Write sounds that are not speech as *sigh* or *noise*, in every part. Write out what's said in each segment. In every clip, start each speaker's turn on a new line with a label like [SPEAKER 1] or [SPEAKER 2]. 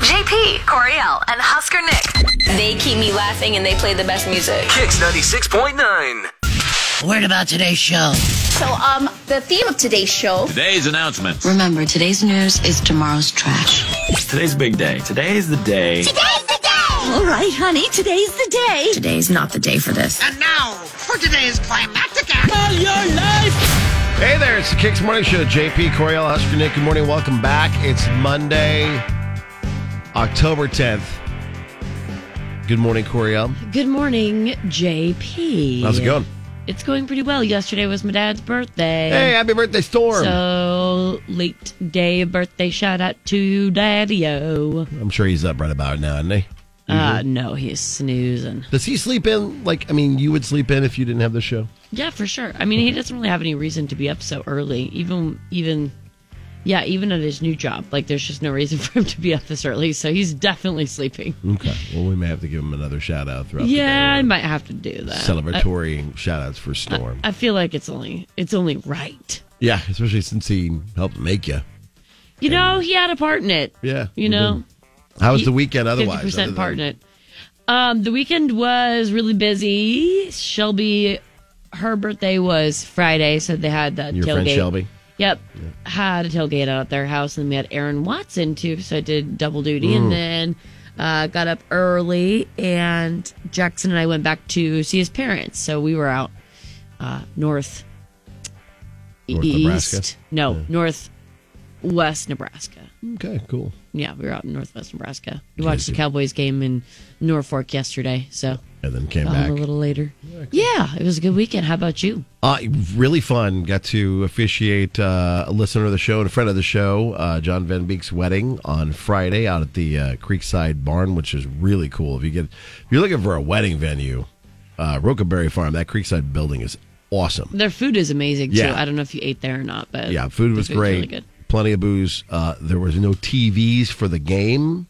[SPEAKER 1] P, Coriel, and Husker Nick.
[SPEAKER 2] They keep me laughing and they play the best music.
[SPEAKER 3] Kicks 96.9.
[SPEAKER 4] Word about today's show.
[SPEAKER 5] So, um, the theme of today's show.
[SPEAKER 6] Today's announcements.
[SPEAKER 7] Remember, today's news is tomorrow's trash.
[SPEAKER 6] Today's big day. Today's the day.
[SPEAKER 5] All right, honey, today's the day.
[SPEAKER 7] Today's not the day for this.
[SPEAKER 4] And now for today's climactic act.
[SPEAKER 8] Hey there, it's the Kicks Morning Show. JP Coriel, Husker Nick. Good morning. Welcome back. It's Monday, October 10th. Good morning, Coriel.
[SPEAKER 9] Good morning, JP.
[SPEAKER 8] How's it going?
[SPEAKER 9] It's going pretty well. Yesterday was my dad's birthday.
[SPEAKER 8] Hey, happy birthday, Storm.
[SPEAKER 9] So late day of birthday shout out to Daddy O.
[SPEAKER 8] I'm sure he's up right about now, isn't he?
[SPEAKER 9] Uh
[SPEAKER 8] Mm-hmm.
[SPEAKER 9] no, he's snoozing.
[SPEAKER 8] Does he sleep in? Like, I mean, you would sleep in if you didn't have the show.
[SPEAKER 9] Yeah, for sure. I mean he doesn't really have any reason to be up so early. Even even yeah, even at his new job. Like there's just no reason *laughs* for him to be up this early, so he's definitely sleeping.
[SPEAKER 8] Okay. Well, we may have to give him another shout out throughout
[SPEAKER 9] Yeah, I
[SPEAKER 8] the day.
[SPEAKER 9] might uh, have to do that.
[SPEAKER 8] Celebratory shout outs for Storm.
[SPEAKER 9] I, I feel like it's only it's only right.
[SPEAKER 8] yeah, especially since he helped make you.
[SPEAKER 9] You know, he had a part in it.
[SPEAKER 8] Yeah, he
[SPEAKER 9] You know?
[SPEAKER 8] How was the weekend otherwise?
[SPEAKER 9] Fifty percent
[SPEAKER 8] other than-
[SPEAKER 9] part in it. Um, the weekend was really busy. Shelby, her birthday was Friday, so they had that
[SPEAKER 8] Your
[SPEAKER 9] tailgate.
[SPEAKER 8] friend Shelby?
[SPEAKER 9] Yep, had a tailgate out at their house, and we had Aaron Watson too. So I did double duty, and then uh, got up early, and Jackson and I went back to see his parents. So we were out uh, north,
[SPEAKER 8] North
[SPEAKER 9] east,
[SPEAKER 8] Nebraska?
[SPEAKER 9] no northwest Nebraska.
[SPEAKER 8] Okay, cool.
[SPEAKER 9] Yeah, we were out in northwest Nebraska. We watched the Cowboys game in Norfolk yesterday, so
[SPEAKER 8] And then came
[SPEAKER 9] got home
[SPEAKER 8] back.
[SPEAKER 9] a little later. Yeah, it was a good weekend. How about you?
[SPEAKER 8] Uh, really fun. Got to officiate uh, a listener of the show and a friend of the show, uh, John Van Beek's wedding on Friday out at the uh, Creekside Barn, which is really cool. If you get, if you're looking for a wedding venue, uh, Rokeberry Farm, that Creekside building is awesome.
[SPEAKER 9] Their food is amazing too.
[SPEAKER 8] Yeah.
[SPEAKER 9] I don't know if you ate there or not, but
[SPEAKER 8] Yeah, food
[SPEAKER 9] the
[SPEAKER 8] was
[SPEAKER 9] food's
[SPEAKER 8] great.
[SPEAKER 9] Really good.
[SPEAKER 8] Plenty of booze. Uh, there was no TVs for the game.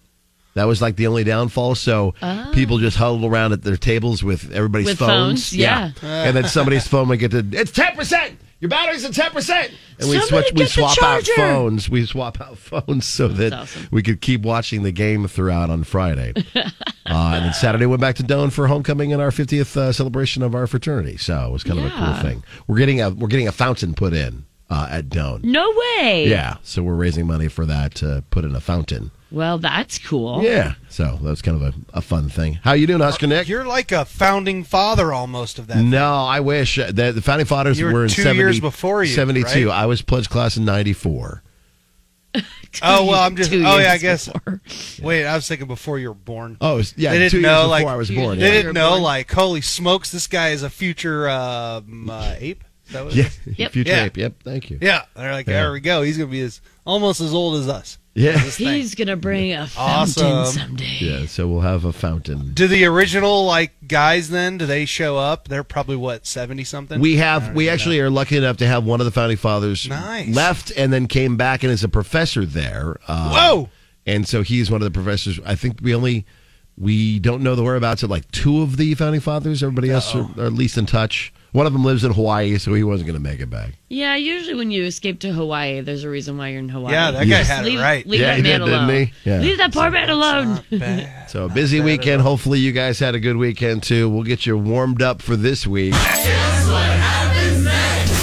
[SPEAKER 8] That was like the only downfall. So people just huddled around at their tables with everybody's
[SPEAKER 9] Ah. With phones,
[SPEAKER 8] and then somebody's phone would get to it's ten percent. Your battery's at ten percent. And we
[SPEAKER 9] Somebody
[SPEAKER 8] switch. We
[SPEAKER 9] get the
[SPEAKER 8] swap out
[SPEAKER 9] charger.
[SPEAKER 8] phones. We swap out *laughs* phones so that
[SPEAKER 9] awesome.
[SPEAKER 8] we could keep watching the game throughout on
[SPEAKER 9] *laughs*
[SPEAKER 8] Friday. uh, and then Saturday went back to Doan for homecoming and our 50th uh, celebration of our fraternity. So it was kind of a
[SPEAKER 9] Yeah.
[SPEAKER 8] cool thing. We're getting a we're getting a fountain put in uh, at Doan.
[SPEAKER 9] No way.
[SPEAKER 8] Yeah, so we're raising money for that to put in a fountain.
[SPEAKER 9] Well, that's cool.
[SPEAKER 8] Yeah, so that was kind of a, a fun thing. How you doing, Oscar Nick?
[SPEAKER 10] You're like a founding father almost of that.
[SPEAKER 8] no, I wish uh, the, the founding fathers
[SPEAKER 10] You were
[SPEAKER 8] in
[SPEAKER 10] two
[SPEAKER 8] 70,
[SPEAKER 10] years before you,
[SPEAKER 8] seventy-two.
[SPEAKER 10] right?
[SPEAKER 8] I was pledge class in ninety-four.
[SPEAKER 10] oh well, I'm
[SPEAKER 9] *laughs*
[SPEAKER 10] just.
[SPEAKER 9] Two
[SPEAKER 10] Oh yeah, I
[SPEAKER 9] years
[SPEAKER 10] guess.
[SPEAKER 9] before.
[SPEAKER 10] Wait, I was thinking before you were born.
[SPEAKER 8] Oh, it was- yeah,
[SPEAKER 10] They didn't
[SPEAKER 8] two
[SPEAKER 10] know,
[SPEAKER 8] years
[SPEAKER 10] like-
[SPEAKER 8] before I was
[SPEAKER 9] Two
[SPEAKER 8] born.
[SPEAKER 9] years
[SPEAKER 10] they
[SPEAKER 8] Yeah.
[SPEAKER 9] you were
[SPEAKER 10] didn't know,
[SPEAKER 9] born.
[SPEAKER 10] like, holy smokes, this guy is a future um, uh, ape. Is that what
[SPEAKER 8] *laughs*
[SPEAKER 10] it
[SPEAKER 8] Yeah,
[SPEAKER 10] is?
[SPEAKER 9] Yep.
[SPEAKER 8] future
[SPEAKER 10] Yeah.
[SPEAKER 8] ape. Yep, thank you.
[SPEAKER 10] Yeah, they're like,
[SPEAKER 8] Yeah.
[SPEAKER 10] there we go. He's gonna be as almost as old as us.
[SPEAKER 8] yeah,
[SPEAKER 9] He's gonna bring a fountain
[SPEAKER 10] Awesome.
[SPEAKER 9] someday.
[SPEAKER 8] yeah. So we'll have a fountain.
[SPEAKER 10] Do the original like guys then? Do they show up? They're probably what seventy something.
[SPEAKER 8] We have we actually are lucky enough to have one of the founding fathers
[SPEAKER 10] Nice.
[SPEAKER 8] left and then came back and is a professor there. Uh,
[SPEAKER 10] Whoa!
[SPEAKER 8] And so he's one of the professors. I think we only we don't know the whereabouts of like two of the founding fathers. Everybody else are, are at least in touch. One of them lives in Hawaii, so he wasn't going to make it back.
[SPEAKER 9] Yeah, usually when you escape to Hawaii, there's a reason why you're in Hawaii.
[SPEAKER 10] Yeah, that guy had it
[SPEAKER 9] leave,
[SPEAKER 10] right.
[SPEAKER 9] Leave
[SPEAKER 8] Yeah,
[SPEAKER 9] that
[SPEAKER 8] he
[SPEAKER 9] man
[SPEAKER 8] did, didn't
[SPEAKER 9] alone.
[SPEAKER 8] he? Yeah.
[SPEAKER 9] Leave that poor man alone.
[SPEAKER 10] Bad.
[SPEAKER 8] So a busy weekend. Hopefully, you guys had a good weekend too. We'll get you warmed up for this week.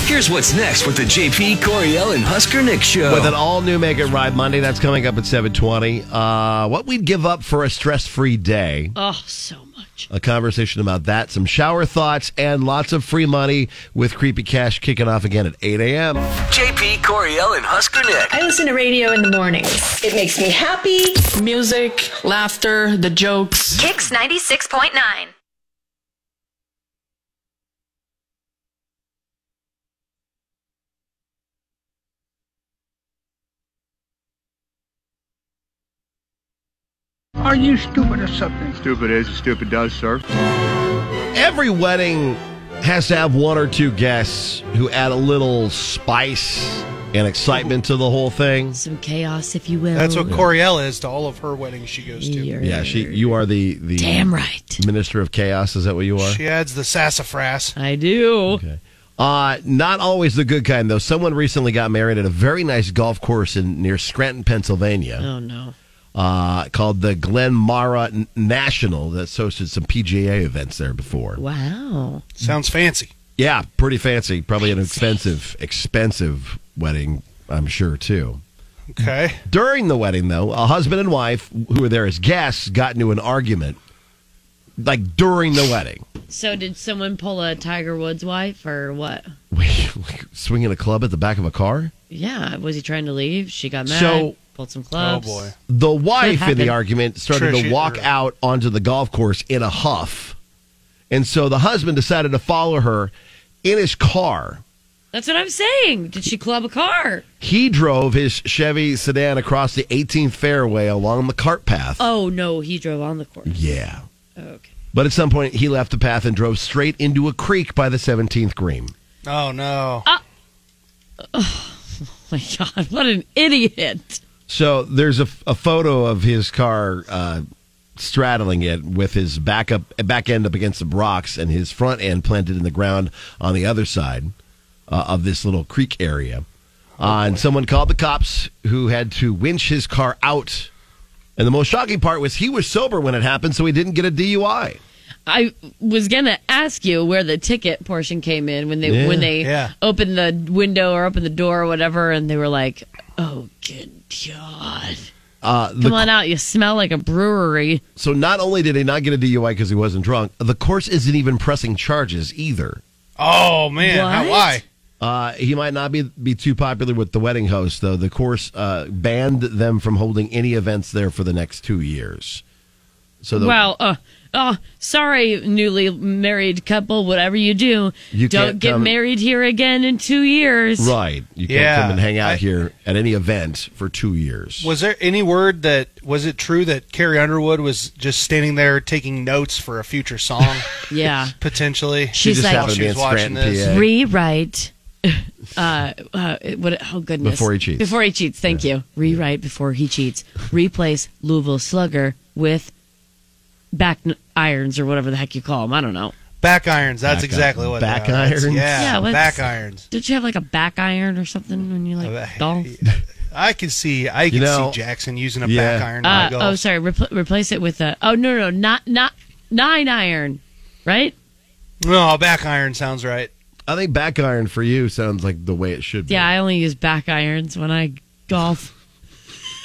[SPEAKER 3] Here's what's next with the JP Coriel and Husker Nick show.
[SPEAKER 8] With an all new Make It Ride Monday, that's coming up at 720. Uh, what we'd give up for a stress free day.
[SPEAKER 9] Oh, so much.
[SPEAKER 8] a conversation about that, some shower thoughts, and lots of free money with Creepy Cash kicking off again at 8 a.m.
[SPEAKER 3] JP Coriel and Husker Nick.
[SPEAKER 2] I listen to radio in the morning. It makes me happy.
[SPEAKER 11] Music, laughter, the jokes.
[SPEAKER 1] Kicks 96.9.
[SPEAKER 11] Are you stupid or something?
[SPEAKER 6] Stupid is, stupid does, sir.
[SPEAKER 8] Every wedding has to have one or two guests who add a little spice and excitement to the whole thing.
[SPEAKER 9] Some chaos, if you will.
[SPEAKER 10] That's what Coriel is to all of her weddings she goes to.
[SPEAKER 9] You're
[SPEAKER 8] Yeah, she you are the, the
[SPEAKER 9] damn right.
[SPEAKER 8] minister of chaos, is that what you are?
[SPEAKER 10] She adds the sassafras.
[SPEAKER 9] I do.
[SPEAKER 8] Uh, not always the good kind though. Someone recently got married at a very nice golf course in near Scranton, Pennsylvania.
[SPEAKER 9] Oh no.
[SPEAKER 8] uh, called the Glen Mara N- National that's hosted some PGA events there before.
[SPEAKER 9] Wow.
[SPEAKER 10] Sounds fancy.
[SPEAKER 8] Yeah, pretty fancy. Probably an expensive, expensive wedding, I'm sure, too. Mm.
[SPEAKER 10] Okay.
[SPEAKER 8] During the wedding, though, a husband and wife who were there as guests got into an argument, like during the wedding,
[SPEAKER 9] So did someone pull a Tiger Woods wife or what?
[SPEAKER 8] swinging a club at the back of a car.
[SPEAKER 9] Yeah, was he trying to leave? She got mad.
[SPEAKER 8] So-
[SPEAKER 9] pulled some clubs.
[SPEAKER 8] The wife in
[SPEAKER 9] happened.
[SPEAKER 8] the argument started
[SPEAKER 10] Trish,
[SPEAKER 8] to
[SPEAKER 10] you-
[SPEAKER 8] walk out onto the golf course in a huff. And so the husband decided to follow her in his car.
[SPEAKER 9] That's what I'm saying. Did she club a car?
[SPEAKER 8] He drove his Chevy sedan across the 18th fairway along the cart path.
[SPEAKER 9] Oh no, he drove on the course. Oh,
[SPEAKER 8] Yeah.
[SPEAKER 9] Okay. *laughs*
[SPEAKER 8] But at some point, he left the path and drove straight into a creek by the 17th green.
[SPEAKER 10] Oh no.
[SPEAKER 9] my God, what an idiot!
[SPEAKER 8] So there's a, a photo of his car uh, straddling it with his back up back end up against some rocks and his front end planted in the ground on the other side uh, of this little creek area.
[SPEAKER 9] Oh,
[SPEAKER 8] Uh, and someone called the cops who had to winch his car out. And the most shocking part was he was sober when it happened, so he didn't get a DUI.
[SPEAKER 9] I was gonna ask you where the ticket portion came in when they
[SPEAKER 8] Yeah.
[SPEAKER 9] when they
[SPEAKER 8] Yeah.
[SPEAKER 9] opened the window or opened the door or whatever, and they were like, "Oh good God,
[SPEAKER 8] Uh,
[SPEAKER 9] come on out! You smell like a brewery."
[SPEAKER 8] So not only did he not get a DUI because he wasn't drunk, the course isn't even pressing charges either.
[SPEAKER 10] Oh man. How,
[SPEAKER 9] What?
[SPEAKER 10] why?
[SPEAKER 8] Uh, he might not be be too popular with the wedding host, though. The course uh, banned them from holding any events there for the next two years. So the,
[SPEAKER 9] well, uh, oh, sorry, newly married couple. Whatever you do,
[SPEAKER 8] You
[SPEAKER 9] don't
[SPEAKER 8] can't
[SPEAKER 9] get
[SPEAKER 8] come-
[SPEAKER 9] married here again in two years.
[SPEAKER 8] right, you can't
[SPEAKER 10] Yeah,
[SPEAKER 8] come and hang out
[SPEAKER 10] I-
[SPEAKER 8] here at any event for two years.
[SPEAKER 10] Was there any word that was it true that Carrie Underwood was just standing there taking notes for a future
[SPEAKER 9] *laughs*
[SPEAKER 10] song
[SPEAKER 9] Yeah.
[SPEAKER 10] potentially?
[SPEAKER 9] She's
[SPEAKER 8] just
[SPEAKER 9] like-
[SPEAKER 10] while
[SPEAKER 8] happened to
[SPEAKER 10] she
[SPEAKER 8] be
[SPEAKER 10] was
[SPEAKER 8] in
[SPEAKER 10] watching
[SPEAKER 8] Scranton,
[SPEAKER 10] this.
[SPEAKER 8] PA.
[SPEAKER 9] Rewrite. *laughs* Uh, uh, what? Oh goodness!
[SPEAKER 8] Before he cheats.
[SPEAKER 9] Before he cheats. Thank you. Rewrite before he cheats. Replace Louisville Slugger with back n- irons or whatever the heck you call them. I don't know.
[SPEAKER 10] Back irons. That's
[SPEAKER 8] Back
[SPEAKER 10] exactly
[SPEAKER 8] iron-
[SPEAKER 10] what.
[SPEAKER 8] back
[SPEAKER 10] they are. That's-
[SPEAKER 8] irons?
[SPEAKER 10] Yeah.
[SPEAKER 9] Yeah, what's-
[SPEAKER 10] back irons.
[SPEAKER 9] Did you have like a back iron or something when Uh, you like
[SPEAKER 10] back-
[SPEAKER 9] golf?
[SPEAKER 10] I can see. I can
[SPEAKER 8] know-
[SPEAKER 10] see Jackson using a
[SPEAKER 8] Yeah.
[SPEAKER 10] back iron. on
[SPEAKER 9] Uh,
[SPEAKER 10] golf.
[SPEAKER 9] oh, sorry. Repl- replace it with a. Oh no, no, not not nine iron, right?
[SPEAKER 10] No, "Oh, back iron sounds right.
[SPEAKER 8] I think back iron for you sounds like the way it should be.
[SPEAKER 9] Yeah, I only use back irons when I golf. *laughs*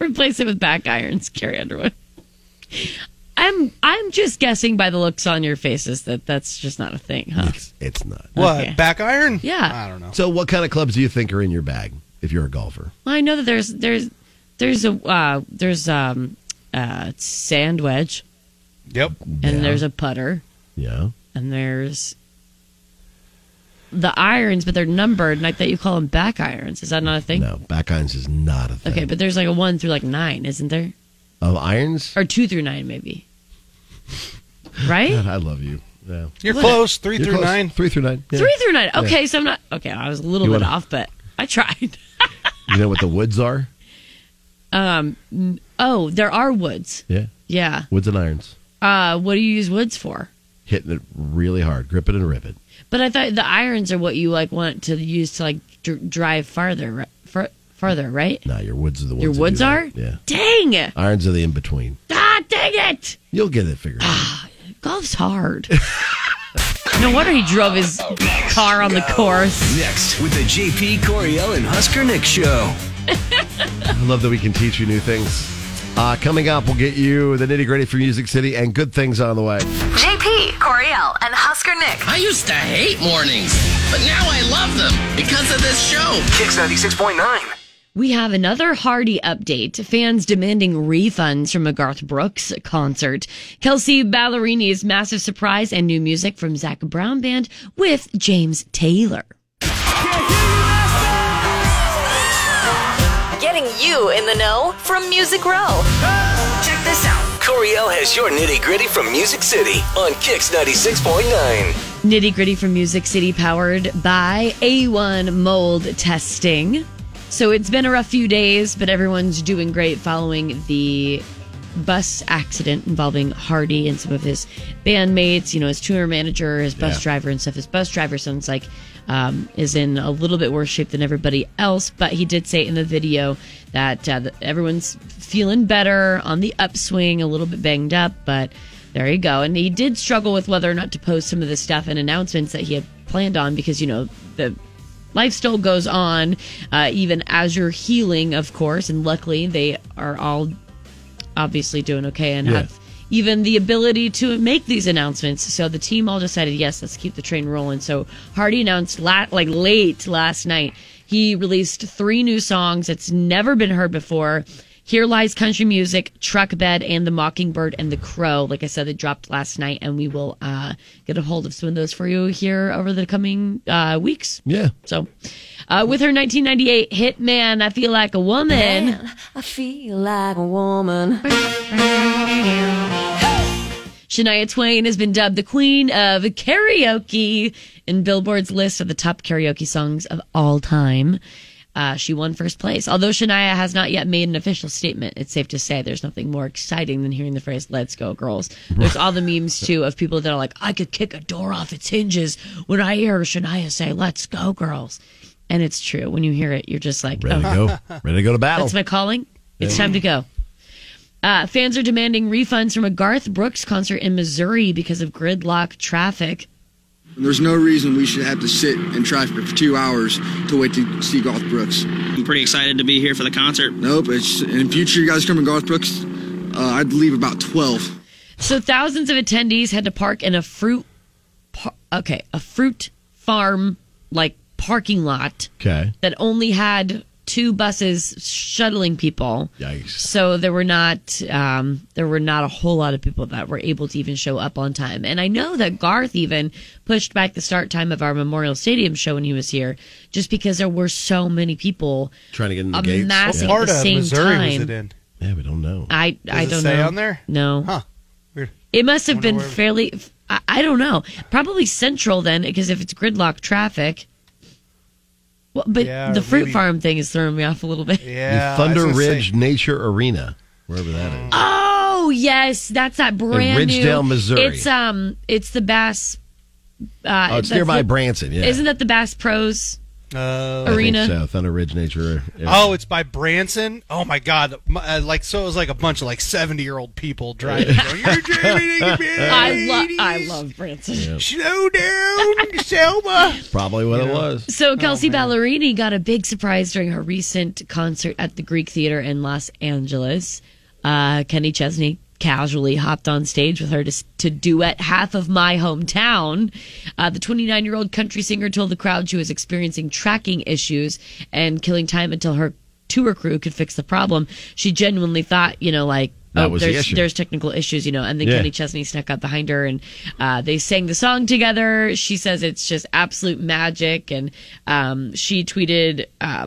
[SPEAKER 9] Replace it with back irons, Carrie Underwood. I'm I'm just guessing by the looks on your faces that that's just not a thing, huh?
[SPEAKER 8] it's, it's not.
[SPEAKER 10] What
[SPEAKER 9] Okay.
[SPEAKER 10] back iron?
[SPEAKER 9] Yeah.
[SPEAKER 10] I don't know.
[SPEAKER 8] So, what kind of clubs do you think are in your bag if you're a golfer?
[SPEAKER 9] Well, I know that there's there's there's a uh, there's um uh sand wedge
[SPEAKER 10] Yep.
[SPEAKER 9] and there's a putter
[SPEAKER 8] Yeah,
[SPEAKER 9] and there's the irons, but they're numbered, and I thought you call them back irons. Is that not a thing?
[SPEAKER 8] no, back irons is not a thing.
[SPEAKER 9] Okay, but there's like a one through like nine, isn't there?
[SPEAKER 8] of irons,
[SPEAKER 9] Or two through nine, maybe. Right?
[SPEAKER 8] God, I love you. Yeah.
[SPEAKER 10] You're close. 3
[SPEAKER 8] You're
[SPEAKER 10] through
[SPEAKER 8] close.
[SPEAKER 10] nine.
[SPEAKER 8] Three through nine. yeah.
[SPEAKER 9] Three through nine. Okay, so I'm not okay. I was a little
[SPEAKER 8] You
[SPEAKER 9] bit
[SPEAKER 8] wanna-
[SPEAKER 9] off, but I tried. *laughs*
[SPEAKER 8] You know what the woods are?
[SPEAKER 9] Um. n- Oh, there are woods.
[SPEAKER 8] Yeah,
[SPEAKER 9] Yeah.
[SPEAKER 8] woods and irons.
[SPEAKER 9] Uh, what do you use woods for?
[SPEAKER 8] Hitting it really hard, grip it and rip it.
[SPEAKER 9] But I thought the irons are what you like want to use to like dr- drive farther, right? Far- farther, right?
[SPEAKER 8] Nah, your woods are the ones.
[SPEAKER 9] Your
[SPEAKER 8] that
[SPEAKER 9] woods
[SPEAKER 8] do that.
[SPEAKER 9] are.
[SPEAKER 8] Yeah,
[SPEAKER 9] Dang it!
[SPEAKER 8] irons are the in between.
[SPEAKER 9] Ah, dang it!
[SPEAKER 8] You'll get it figured out.
[SPEAKER 9] Golf's hard. no wonder he drove his car on the course.
[SPEAKER 3] Next with the JP Coriel and Husker Nick show.
[SPEAKER 8] I love that we can teach you new things. Uh, coming up, we'll get you the nitty gritty for Music City and good things on the way.
[SPEAKER 1] JP, Coriel, and Husker Nick.
[SPEAKER 4] I used to hate mornings, but now I love them because of this show.
[SPEAKER 3] Kicks 96.9.
[SPEAKER 9] We have another Hardy update. Fans demanding refunds from a Garth Brooks concert. Kelsey Ballerini's massive surprise and new music from Zach Brown Band with James Taylor.
[SPEAKER 2] Getting you in the know from Music Row.
[SPEAKER 1] Check this out.
[SPEAKER 3] Coriel has your nitty gritty from Music City on Kicks 96.9.
[SPEAKER 9] Nitty gritty from Music City, powered by A1 mold testing. So it's been a rough few days, but everyone's doing great following the bus accident involving Hardy and some of his bandmates. You know, his tour manager, his bus
[SPEAKER 12] Yeah.
[SPEAKER 9] driver, and stuff. His bus driver sounds like um, is in a little bit worse shape than everybody else, but he did say in the video that, uh, that everyone's feeling better on the upswing, a little bit banged up, but there you go. And he did struggle with whether or not to post some of the stuff and announcements that he had planned on because you know the life still goes on uh, even as you're healing of course and luckily they are all obviously doing okay and
[SPEAKER 13] Yeah.
[SPEAKER 9] have even the ability to make these announcements so the team all decided yes let's keep the train rolling so hardy announced la- like late last night he released three new songs that's never been heard before here lies country music truck bed and the mockingbird and the crow like i said they dropped last night and we will uh, get a hold of some of those for you here over the coming uh, weeks
[SPEAKER 8] yeah
[SPEAKER 9] so uh, with her 1998 hit man i feel like a woman
[SPEAKER 14] I feel like a woman.
[SPEAKER 9] Shania Twain has been dubbed the queen of karaoke in Billboard's list of the top karaoke songs of all time. Uh, she won first place. Although Shania has not yet made an official statement, it's safe to say there's nothing more exciting than hearing the phrase, let's go, girls. There's all the memes, too, of people that are like, I could kick a door off its hinges when I hear Shania say, let's go, girls. And it's true. When you hear it, you're just like,
[SPEAKER 8] Ready to
[SPEAKER 9] "Oh,
[SPEAKER 8] *laughs* go. Ready to go to battle.
[SPEAKER 9] that's my calling. It's
[SPEAKER 8] Yeah.
[SPEAKER 9] time to go. Uh, fans are demanding refunds from a Garth Brooks concert in Missouri because of gridlock traffic.
[SPEAKER 15] There's no reason we should have to sit in traffic for two hours to wait to see Garth Brooks.
[SPEAKER 16] I'm pretty excited to be here for the concert.
[SPEAKER 15] Nope. It's in future. You guys come to Garth Brooks. Uh, I'd leave about twelve.
[SPEAKER 9] So thousands of attendees had to park in a fruit, par- okay, a fruit farm like parking lot
[SPEAKER 8] Okay.
[SPEAKER 9] that only had two buses shuttling people.
[SPEAKER 8] Yikes.
[SPEAKER 9] So there were not um, there were not a whole lot of people that were able to even show up on time. And I know that Garth even pushed back the start time of our Memorial Stadium show when he was here, just because there were so many people
[SPEAKER 8] Trying to get in the
[SPEAKER 9] a
[SPEAKER 8] gates.
[SPEAKER 9] massive
[SPEAKER 8] Yeah.
[SPEAKER 9] at the same
[SPEAKER 10] Missouri was
[SPEAKER 9] time.
[SPEAKER 10] it in?
[SPEAKER 8] Yeah, we don't know.
[SPEAKER 9] I
[SPEAKER 10] Does
[SPEAKER 9] I
[SPEAKER 10] it
[SPEAKER 9] don't
[SPEAKER 10] say
[SPEAKER 9] know
[SPEAKER 10] on there?
[SPEAKER 9] No.
[SPEAKER 10] Huh. Weird.
[SPEAKER 9] It must have
[SPEAKER 10] Wonder
[SPEAKER 9] been
[SPEAKER 10] where-
[SPEAKER 9] fairly. I, I don't know. Probably central then, because if it's gridlock traffic. Well, but
[SPEAKER 8] Yeah,
[SPEAKER 9] the
[SPEAKER 8] or
[SPEAKER 9] fruit
[SPEAKER 8] maybe-
[SPEAKER 9] farm thing is throwing me off a little bit.
[SPEAKER 8] the Thunder Ridge Nature Arena, wherever that is.
[SPEAKER 9] Oh yes, that's that brand
[SPEAKER 8] Ridgedale,
[SPEAKER 9] new.
[SPEAKER 8] Missouri.
[SPEAKER 9] It's um, it's the Bass. Uh,
[SPEAKER 8] oh, it's
[SPEAKER 9] that's
[SPEAKER 8] nearby
[SPEAKER 9] the-
[SPEAKER 8] Branson. Yeah.
[SPEAKER 9] Isn't that the Bass Pros?
[SPEAKER 10] Uh,
[SPEAKER 8] I think
[SPEAKER 9] Arena?
[SPEAKER 8] so, Thunder Ridge Nature. Area.
[SPEAKER 10] Oh, it's by Branson. Oh my God! My, uh, like so, it was like a bunch of like seventy-year-old people driving.
[SPEAKER 9] *laughs*
[SPEAKER 10] going, You're driving in the
[SPEAKER 9] I love I love Branson.
[SPEAKER 8] Yeah.
[SPEAKER 10] Slow down, Selma.
[SPEAKER 8] Probably what it was.
[SPEAKER 9] So Kelsey Ballerini got a big surprise during her recent concert at the Greek Theater in Los Angeles. Uh, Kenny Chesney casually hopped on stage with her to, to duet half of my hometown. Uh, the 29 year old country singer told the crowd she was experiencing tracking issues and killing time until her tour crew could fix the problem. She genuinely thought, you know, like,
[SPEAKER 8] That
[SPEAKER 9] oh,
[SPEAKER 8] was the
[SPEAKER 9] there's,
[SPEAKER 8] issue.
[SPEAKER 9] there's technical issues, you know, and then
[SPEAKER 8] Yeah.
[SPEAKER 9] Kenny Chesney snuck up behind her and uh, they sang the song together. She says it's just absolute magic. And um, she tweeted, uh,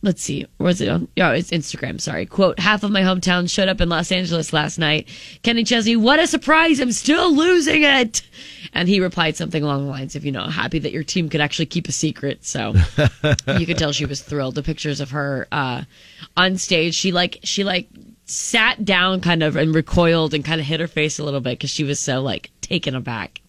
[SPEAKER 9] let's see, was it on? Oh, it's Instagram, sorry. Quote, half of my hometown showed up in Los Angeles last night. Kenny Chesney, what a surprise. I'm still losing it. And he replied something along the lines of, you know, happy that your team could actually keep a secret. So you could tell she was thrilled. The pictures of her uh, on stage, she like she like sat down kind of and recoiled and kind of hit her face a little bit because she was so like taken aback.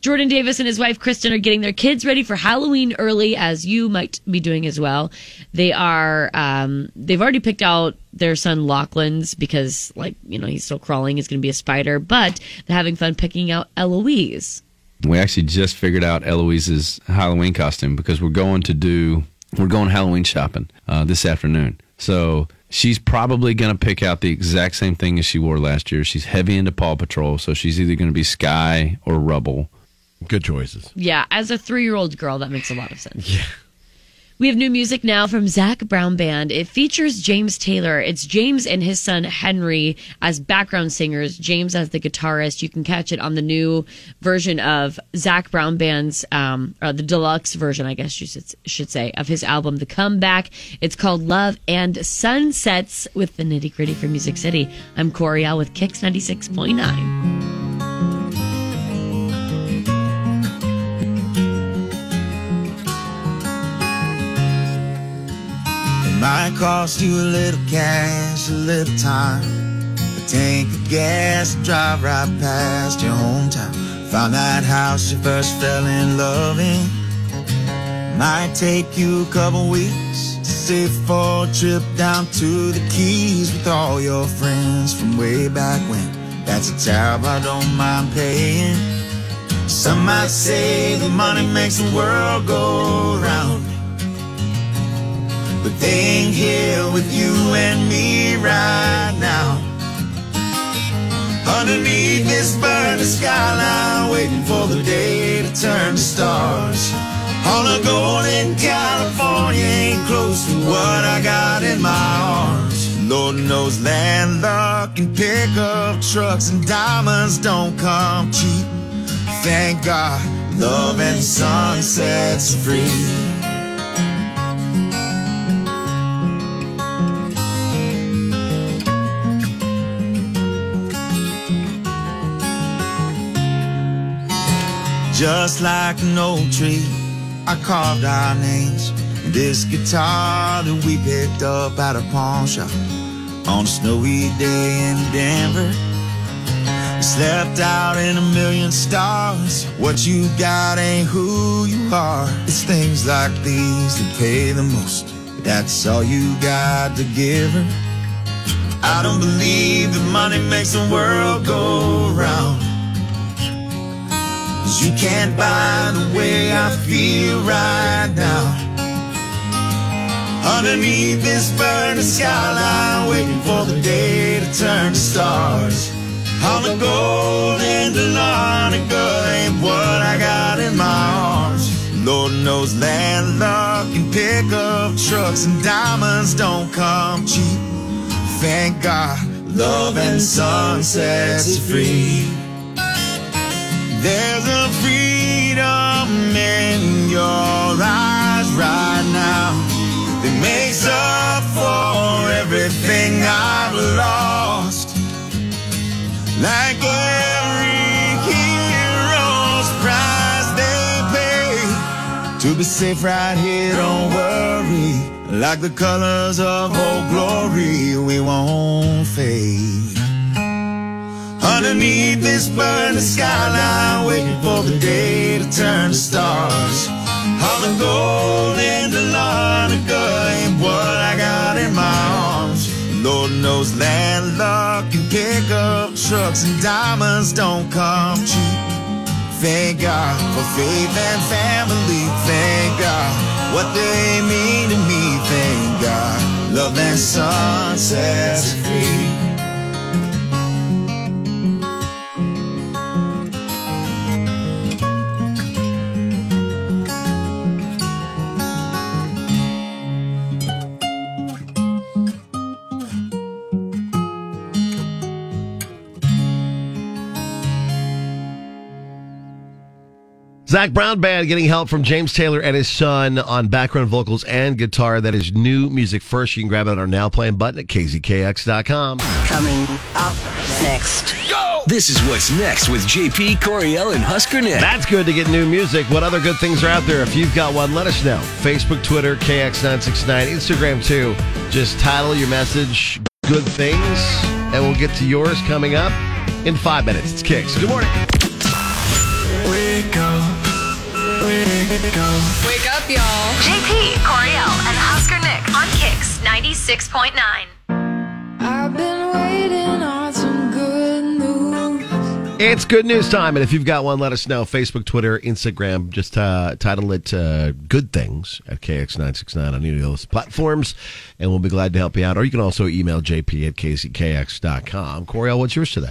[SPEAKER 9] Jordan Davis and his wife Kristen are getting their kids ready for Halloween early, as you might be doing as well. They are um, they've already picked out their son Lachlan's because like you know he's still crawling, he's going to be a spider, but they're having fun picking out Eloise.
[SPEAKER 17] We actually just figured out Eloise's Halloween costume because we're going to do we're going Halloween shopping uh, this afternoon. So she's probably going to pick out the exact same thing as she wore last year. She's heavy into Paw Patrol, so she's either going to be Sky or Rubble.
[SPEAKER 8] Good choices.
[SPEAKER 9] Yeah, as a three year old girl, that makes a lot of sense. Yeah. We have new music now from Zach Brown Band. It features James Taylor. It's James and his son Henry as background singers, James as the guitarist. You can catch it on the new version of Zach Brown Band's, um, or the deluxe version, I guess you should, should say, of his album, The Comeback. It's called Love and Sunsets with the nitty gritty for Music City. I'm Corey Al with Kicks 96.9.
[SPEAKER 18] It might cost you a little cash, a little time, a
[SPEAKER 10] Tank of gas, drive right past your hometown. Found that house you first fell in love in. Might take you a couple weeks to save for a trip down to the Keys with all your friends from way back when. That's a tab I don't mind paying. Some might say the money makes the world go round. But they ain't here with you and me right now. Underneath this burning skyline, waiting for the day to turn to stars. On a golden California ain't close to what I got in my arms. Lord knows landluck and pickup trucks and diamonds don't come cheap. Thank God, love and sunsets free. Just like an old tree, I carved our names. in This guitar that we picked up at a pawn shop on a snowy day in Denver. We slept out in a million stars. What you got ain't who you are. It's things like these that pay the most. That's all you got to give her. I don't believe that money makes the world go round. 'Cause you can't buy the way I feel right now. Underneath this burning skyline, waiting for the day to turn to stars. On the golden Delonica ain't what I got in my arms. Lord knows landluck and pickup trucks and diamonds don't come cheap. Thank God, love and sunsets free. There's a freedom in your eyes right now that makes up for everything I've lost. Like every hero's prize they pay to be safe right here, don't worry. Like the colors of old glory, we won't fade. Underneath this burning skyline, waiting for the day to turn to stars. All the gold in the Larnaca ain't what I got in my arms. Lord knows landluck and pickup trucks and diamonds don't come cheap. Thank God for faith and family. Thank God what they mean to me. Thank God love and sunsets free.
[SPEAKER 8] Zach Brown Band getting help from James Taylor and his son on background vocals and guitar. That is new music first. You can grab it on our now playing button at kzkx.com.
[SPEAKER 3] Coming up next. Go! This is what's next with JP Coriel and Husker Nick.
[SPEAKER 8] That's good to get new music. What other good things are out there? If you've got one, let us know. Facebook, Twitter, KX969, Instagram too. Just title your message Good Things, and we'll get to yours coming up in five minutes. It's Kicks. Good morning.
[SPEAKER 19] Wake up. Wake up. Wake up, y'all. JP, Coriel, and Husker Nick on Kicks 96.9.
[SPEAKER 20] I've been waiting on some good news.
[SPEAKER 8] It's good news time, and if you've got one, let us know. Facebook, Twitter, Instagram. Just uh, title it uh, "Good Things" at KX969 on any of those platforms, and we'll be glad to help you out. Or you can also email JP at KZKX.com. Coriel, what's yours today?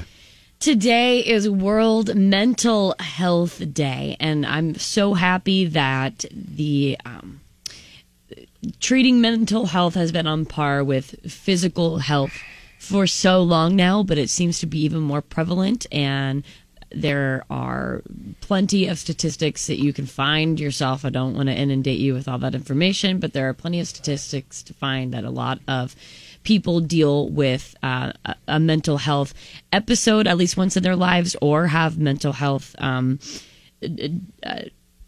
[SPEAKER 9] Today is World Mental Health Day, and I'm so happy that the um, treating mental health has been on par with physical health for so long now, but it seems to be even more prevalent. And there are plenty of statistics that you can find yourself. I don't want to inundate you with all that information, but there are plenty of statistics to find that a lot of people deal with uh, a, a mental health episode at least once in their lives or have mental health. Um, uh,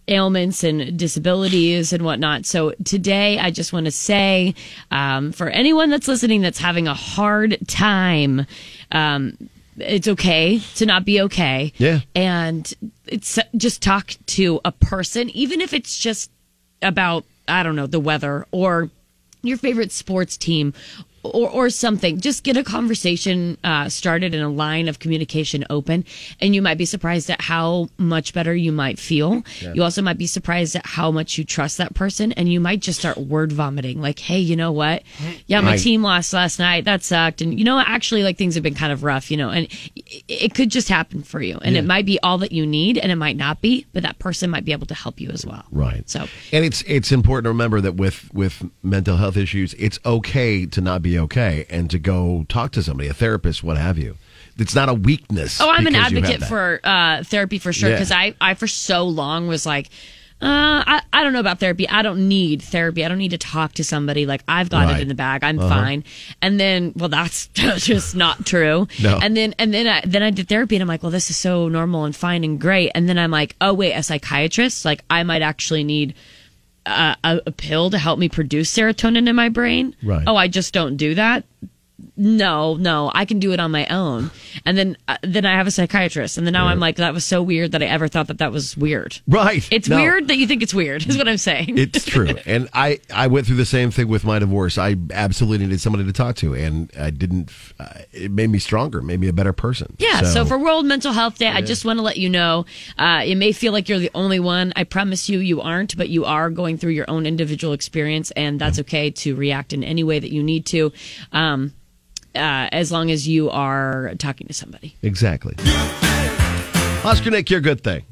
[SPEAKER 9] ailments and disabilities and whatnot. So today, I just want to say um, for anyone that's listening that's having a hard time um, it's okay to not be okay.
[SPEAKER 8] Yeah.
[SPEAKER 9] And it's just talk to a person, even if it's just about, I don't know, the weather or your favorite sports team or, or something. Just get a conversation uh, started and a line of communication open, and you might be surprised at how much better you might feel.
[SPEAKER 18] Yeah.
[SPEAKER 9] You also might be surprised at how much you trust that person, and you might just start word vomiting like, hey, you know what? Yeah, my
[SPEAKER 18] Right.
[SPEAKER 9] team lost last night. That sucked. And, you know, actually, like things have been kind of rough, you know, and it, it could just happen for you. And
[SPEAKER 8] Yeah.
[SPEAKER 9] it might be all that you need, and it might not be, but that person might be able to help you as well.
[SPEAKER 8] Right.
[SPEAKER 9] So,
[SPEAKER 8] and it's it's important to remember that with with mental health issues, it's okay to not be okay and to go talk to somebody, a therapist, what have you. It's not a weakness.
[SPEAKER 9] Oh, I'm an
[SPEAKER 8] because you have
[SPEAKER 9] advocate
[SPEAKER 8] that.
[SPEAKER 9] for uh, therapy for sure
[SPEAKER 8] Yeah.
[SPEAKER 9] because I, I for so long was like, uh, I, I don't know about therapy. I don't need therapy. I don't need to talk to somebody. Like I've got
[SPEAKER 18] Right.
[SPEAKER 9] it in the bag. I'm
[SPEAKER 18] Uh-huh.
[SPEAKER 9] fine. And then, well, that's *laughs* just not true.
[SPEAKER 18] No.
[SPEAKER 9] And then, and then I, then I did therapy and I'm like, well, this is so normal and fine and great. And then I'm like, oh wait, a psychiatrist. Like I might actually need a, a, a pill to help me produce serotonin in my brain.
[SPEAKER 18] Right.
[SPEAKER 9] Oh, I just don't do that no no i can do it on my own and then uh, then i have a psychiatrist and then now i'm like that was so weird that i ever thought that that was weird
[SPEAKER 8] Right.
[SPEAKER 9] it's
[SPEAKER 8] No.
[SPEAKER 9] weird that you think it's weird *laughs* is what i'm saying
[SPEAKER 8] It's
[SPEAKER 9] *laughs*
[SPEAKER 8] true. And I, I went through the same thing with my divorce. I absolutely needed somebody to talk to, and I didn't. f- Uh, it made me stronger, made me a better person.
[SPEAKER 9] yeah, so, for World Mental Health Day, I
[SPEAKER 8] Yeah.
[SPEAKER 9] just want to let you know uh, it may feel like you're the only one. I promise you, you aren't, but you are going through your own individual experience, and that's okay to react in any way that you need to, um, uh, as long as you are talking to somebody.
[SPEAKER 8] exactly. Oscar Nick, your good thing.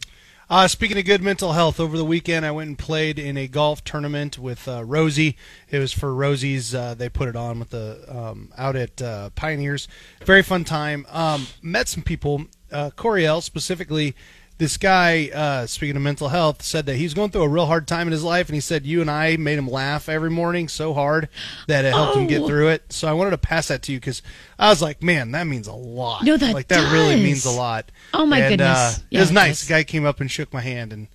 [SPEAKER 10] Uh, speaking of good mental health, over the weekend I went and played in a golf tournament with uh, Rosie. It was for Rosie's. Uh, they put it on with the um, out at uh, Pioneers. Very fun time. Um, met some people. Uh, Coriel specifically. This guy, uh, speaking of mental health, said that he's going through a real hard time in his life, and he said you and I made him laugh every morning so hard that it helped him get
[SPEAKER 9] Oh.
[SPEAKER 10] through it. So I wanted to pass that to you because I was like, man, that means a lot.
[SPEAKER 9] No, that
[SPEAKER 10] like that really
[SPEAKER 9] does.
[SPEAKER 10] means a lot.
[SPEAKER 9] Oh, my
[SPEAKER 10] And,
[SPEAKER 9] goodness.
[SPEAKER 10] uh,
[SPEAKER 9] Yeah,
[SPEAKER 10] it was
[SPEAKER 9] it
[SPEAKER 10] nice. The guy came up and shook my hand and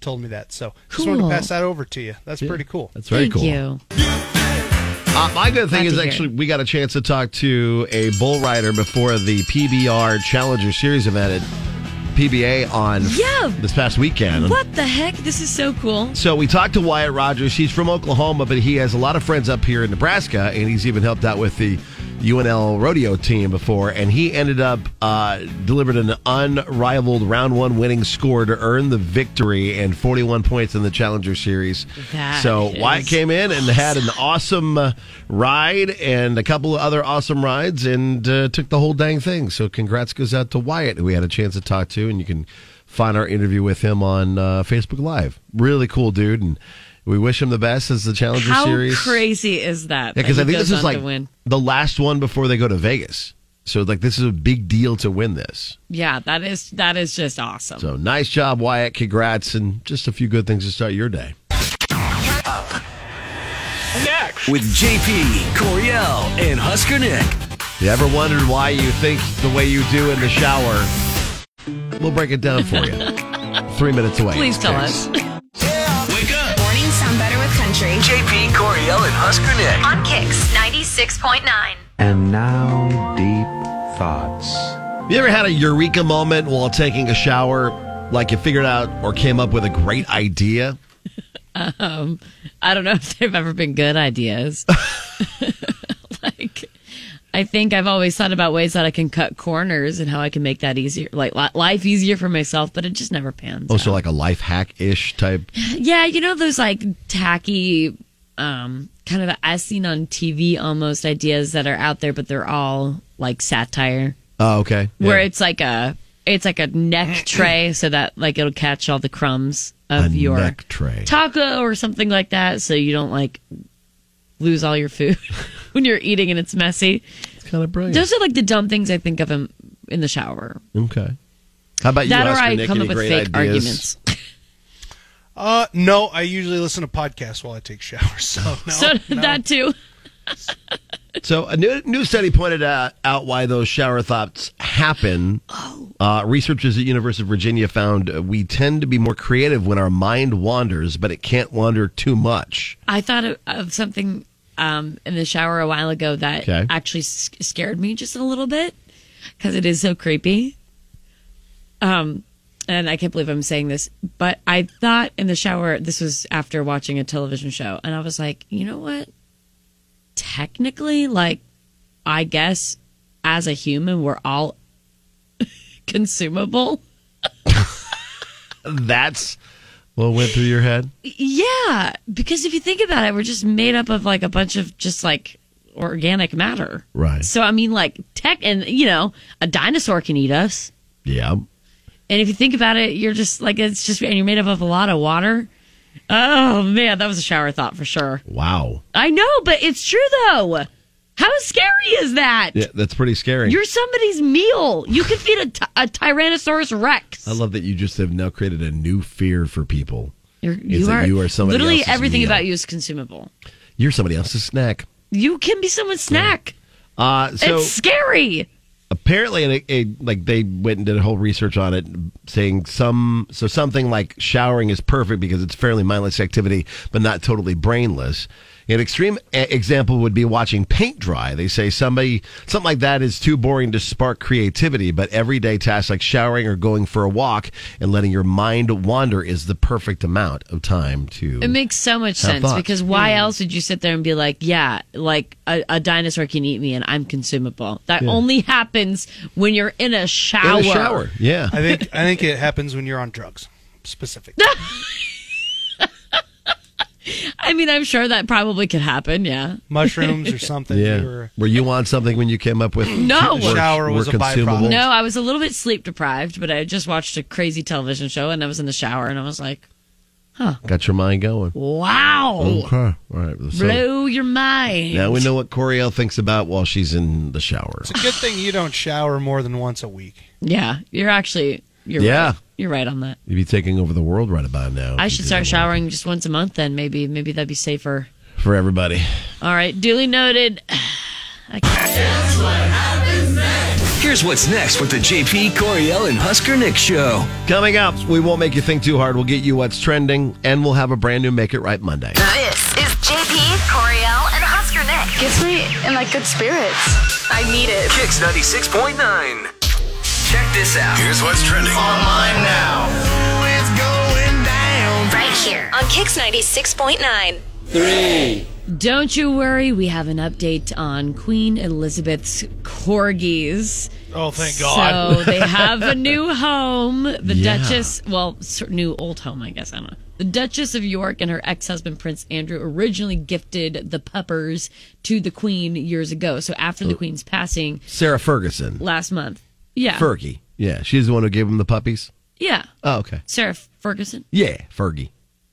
[SPEAKER 10] told me that. So just wanted
[SPEAKER 9] Cool.
[SPEAKER 10] to pass that over to you. That's pretty cool.
[SPEAKER 8] That's very
[SPEAKER 9] Thank
[SPEAKER 8] cool.
[SPEAKER 9] you.
[SPEAKER 8] Uh, my good thing
[SPEAKER 10] Glad
[SPEAKER 8] is
[SPEAKER 10] to hear
[SPEAKER 8] actually we got a chance to talk to a bull rider before the PBR Challenger Series event at PBA on
[SPEAKER 9] Yeah.
[SPEAKER 8] this past weekend.
[SPEAKER 9] What the heck? This is so cool.
[SPEAKER 8] So we talked to Wyatt Rogers. He's from Oklahoma, but he has a lot of friends up here in Nebraska, and he's even helped out with the UNL rodeo team before. And he ended up uh, delivered an unrivaled round one winning score to earn the victory and 41 points in the Challenger Series.
[SPEAKER 18] That
[SPEAKER 8] so Wyatt
[SPEAKER 18] is
[SPEAKER 8] came in and had an awesome uh, ride and a couple of other awesome rides and uh, took the whole dang thing. So congrats goes out to Wyatt, who we had a chance to talk to, and you can find our interview with him on uh, Facebook Live. Really cool dude, and we wish him the best as the Challenger
[SPEAKER 9] How
[SPEAKER 8] Series.
[SPEAKER 9] crazy is that?
[SPEAKER 8] Yeah, because
[SPEAKER 9] that
[SPEAKER 8] I
[SPEAKER 9] he
[SPEAKER 8] think this
[SPEAKER 9] goes
[SPEAKER 8] is
[SPEAKER 9] on to
[SPEAKER 8] like
[SPEAKER 9] win.
[SPEAKER 8] the last one before they go to Vegas. So like this is a big deal to win this.
[SPEAKER 9] Yeah, that is that is just awesome.
[SPEAKER 8] So nice job, Wyatt. Congrats, and just a few good things to start your day.
[SPEAKER 3] Next. With JP, Coriel, and Husker Nick.
[SPEAKER 8] You ever wondered why you think the way you do in the shower? We'll break it down for you.
[SPEAKER 9] *laughs*
[SPEAKER 8] Three minutes away.
[SPEAKER 3] Please tell
[SPEAKER 8] Next.
[SPEAKER 3] Wake up.
[SPEAKER 2] Mornings sound better with country.
[SPEAKER 3] JP, Coriel, and Husker Nick.
[SPEAKER 14] On Kicks 96.9.
[SPEAKER 21] And now, deep thoughts.
[SPEAKER 8] You ever had a eureka moment while taking a shower? Like you figured out or came up with a great idea?
[SPEAKER 9] Um, I don't know *laughs* if they've ever been good
[SPEAKER 8] *laughs*
[SPEAKER 9] ideas. like, I think I've always thought about ways that I can cut corners and how I can make that easier, like li- life easier for myself. But it just never pans.
[SPEAKER 8] Oh, so like a life hack ish type.
[SPEAKER 9] Yeah, you know those like tacky, um, kind of as seen on TV almost ideas that are out there, but they're all like satire.
[SPEAKER 8] Oh, okay. Yeah.
[SPEAKER 9] where it's like a it's like a
[SPEAKER 8] *clears throat*
[SPEAKER 9] neck tray so that like it'll catch all the crumbs of
[SPEAKER 8] A
[SPEAKER 9] your
[SPEAKER 8] neck tray.
[SPEAKER 9] taco or something like that so you don't like lose all your food *laughs* when you're eating and it's messy it's
[SPEAKER 8] kind of brilliant
[SPEAKER 9] those are like the dumb things i think of in, in the shower
[SPEAKER 8] Okay. How about
[SPEAKER 9] that
[SPEAKER 8] you,
[SPEAKER 9] or
[SPEAKER 8] Oscar
[SPEAKER 9] i
[SPEAKER 8] Nick?
[SPEAKER 9] come up
[SPEAKER 8] Any
[SPEAKER 9] with
[SPEAKER 8] great
[SPEAKER 9] fake arguments
[SPEAKER 8] ideas?
[SPEAKER 9] *laughs*
[SPEAKER 10] Uh, no, I usually listen to podcasts while I take showers. *laughs* So no,
[SPEAKER 9] so *laughs* that too
[SPEAKER 8] So a new, new study pointed out, out why those shower thoughts happen.
[SPEAKER 9] Oh.
[SPEAKER 8] Uh, researchers at University of Virginia found uh, we tend to be more creative when our mind wanders, but it can't wander too much.
[SPEAKER 9] I thought of, of something um, in the shower a while ago that
[SPEAKER 8] Okay.
[SPEAKER 9] actually s- scared me just a little bit. because it is so creepy. Um, and I can't believe I'm saying this, but I thought in the shower, this was after watching a television show, and I was like, you know what? Technically, like, I guess as a human, we're all *laughs* consumable.
[SPEAKER 8] That's what went through your head.
[SPEAKER 9] Yeah, because if you think about it, we're just made up of like a bunch of just like organic matter.
[SPEAKER 8] Right.
[SPEAKER 9] So I mean, like tech, and you know, a dinosaur can eat us.
[SPEAKER 8] Yeah.
[SPEAKER 9] And if you think about it, you're just like it's just, and you're made up of a lot of water. Oh man, that was a shower thought for sure.
[SPEAKER 8] Wow.
[SPEAKER 9] I know, but it's true though. How scary is that?
[SPEAKER 8] Yeah, that's pretty scary.
[SPEAKER 9] You're somebody's meal. You could feed a, ty- a Tyrannosaurus Rex.
[SPEAKER 8] I love that you just have now created a new fear for people.
[SPEAKER 9] You're,
[SPEAKER 8] It's
[SPEAKER 9] you
[SPEAKER 8] that
[SPEAKER 9] are
[SPEAKER 8] you are somebody
[SPEAKER 9] literally
[SPEAKER 8] else's
[SPEAKER 9] everything
[SPEAKER 8] meal.
[SPEAKER 9] about you is consumable.
[SPEAKER 8] You're somebody else's snack.
[SPEAKER 9] You can be someone's snack.
[SPEAKER 8] Uh, so
[SPEAKER 9] it's scary.
[SPEAKER 8] apparently, and it, it, like they went and did a whole research on it, saying some so something like showering is perfect because it's fairly mindless activity, but not totally brainless. An extreme e- example would be watching paint dry. They say somebody something like that is too boring to spark creativity, but everyday tasks like showering or going for a walk and letting your mind wander is the perfect amount of time to.
[SPEAKER 9] It makes so much
[SPEAKER 8] Have
[SPEAKER 9] sense
[SPEAKER 8] thoughts.
[SPEAKER 9] because why else would you sit there and be like, yeah, like a, a dinosaur can eat me and I'm consumable? That
[SPEAKER 10] Yeah.
[SPEAKER 9] only happens when you're in a shower.
[SPEAKER 8] yeah.
[SPEAKER 10] I think I think it happens when you're on drugs,
[SPEAKER 9] *laughs*
[SPEAKER 10] specific.
[SPEAKER 9] I mean, I'm sure that probably could happen. Yeah.
[SPEAKER 10] Mushrooms or something.
[SPEAKER 8] yeah.
[SPEAKER 10] You were-
[SPEAKER 8] Were you on something when you came up with
[SPEAKER 9] No.
[SPEAKER 8] were-
[SPEAKER 10] Shower
[SPEAKER 8] were
[SPEAKER 10] was a
[SPEAKER 8] consumable?
[SPEAKER 9] No, I was a little bit sleep deprived, but I had just watched a crazy television show and I was in the shower and I was like,
[SPEAKER 8] Got your mind going.
[SPEAKER 9] wow.
[SPEAKER 8] Okay. All right. Oh, So
[SPEAKER 9] Blow your mind.
[SPEAKER 8] now we know what Coriel thinks about while she's in the shower.
[SPEAKER 10] It's a good thing you don't shower more than once a week.
[SPEAKER 9] Yeah, you're actually you're
[SPEAKER 8] Yeah.
[SPEAKER 9] right. You're right on that.
[SPEAKER 8] You'd be taking over the world right about now.
[SPEAKER 9] I should start showering just once a month then maybe maybe that'd be safer.
[SPEAKER 8] For everybody.
[SPEAKER 9] All right, duly noted. I can't-
[SPEAKER 3] Here's what's next with the JP Coriel and Husker Nick show.
[SPEAKER 8] Coming up, we won't make you think too hard. We'll get you what's trending, and we'll have a brand new Make It Right Monday.
[SPEAKER 14] This is JP, Coriel, and Husker Nick. Gets me in like good spirits. I need it.
[SPEAKER 3] Kicks 96.9. Check this out.
[SPEAKER 18] Here's what's trending
[SPEAKER 3] online now.
[SPEAKER 18] It's going down.
[SPEAKER 2] Right here on Kix 96.9.
[SPEAKER 18] Three.
[SPEAKER 9] Don't you worry, we have an update on Queen Elizabeth's corgis.
[SPEAKER 10] Oh, thank God.
[SPEAKER 9] So they have a
[SPEAKER 10] *laughs*
[SPEAKER 9] new home. The
[SPEAKER 10] Yeah.
[SPEAKER 9] Duchess, well, sort- new old home, I guess. I don't know. The Duchess of York and her ex husband, Prince Andrew, originally gifted the puppers to the Queen years ago. So after
[SPEAKER 8] Oh.
[SPEAKER 9] the Queen's passing
[SPEAKER 8] Sarah Ferguson.
[SPEAKER 9] last month. Yeah.
[SPEAKER 8] Fergie. Yeah. She's the one who gave him the puppies.
[SPEAKER 9] Yeah.
[SPEAKER 8] Oh, okay.
[SPEAKER 9] Sarah Ferguson,
[SPEAKER 8] Yeah. Fergie.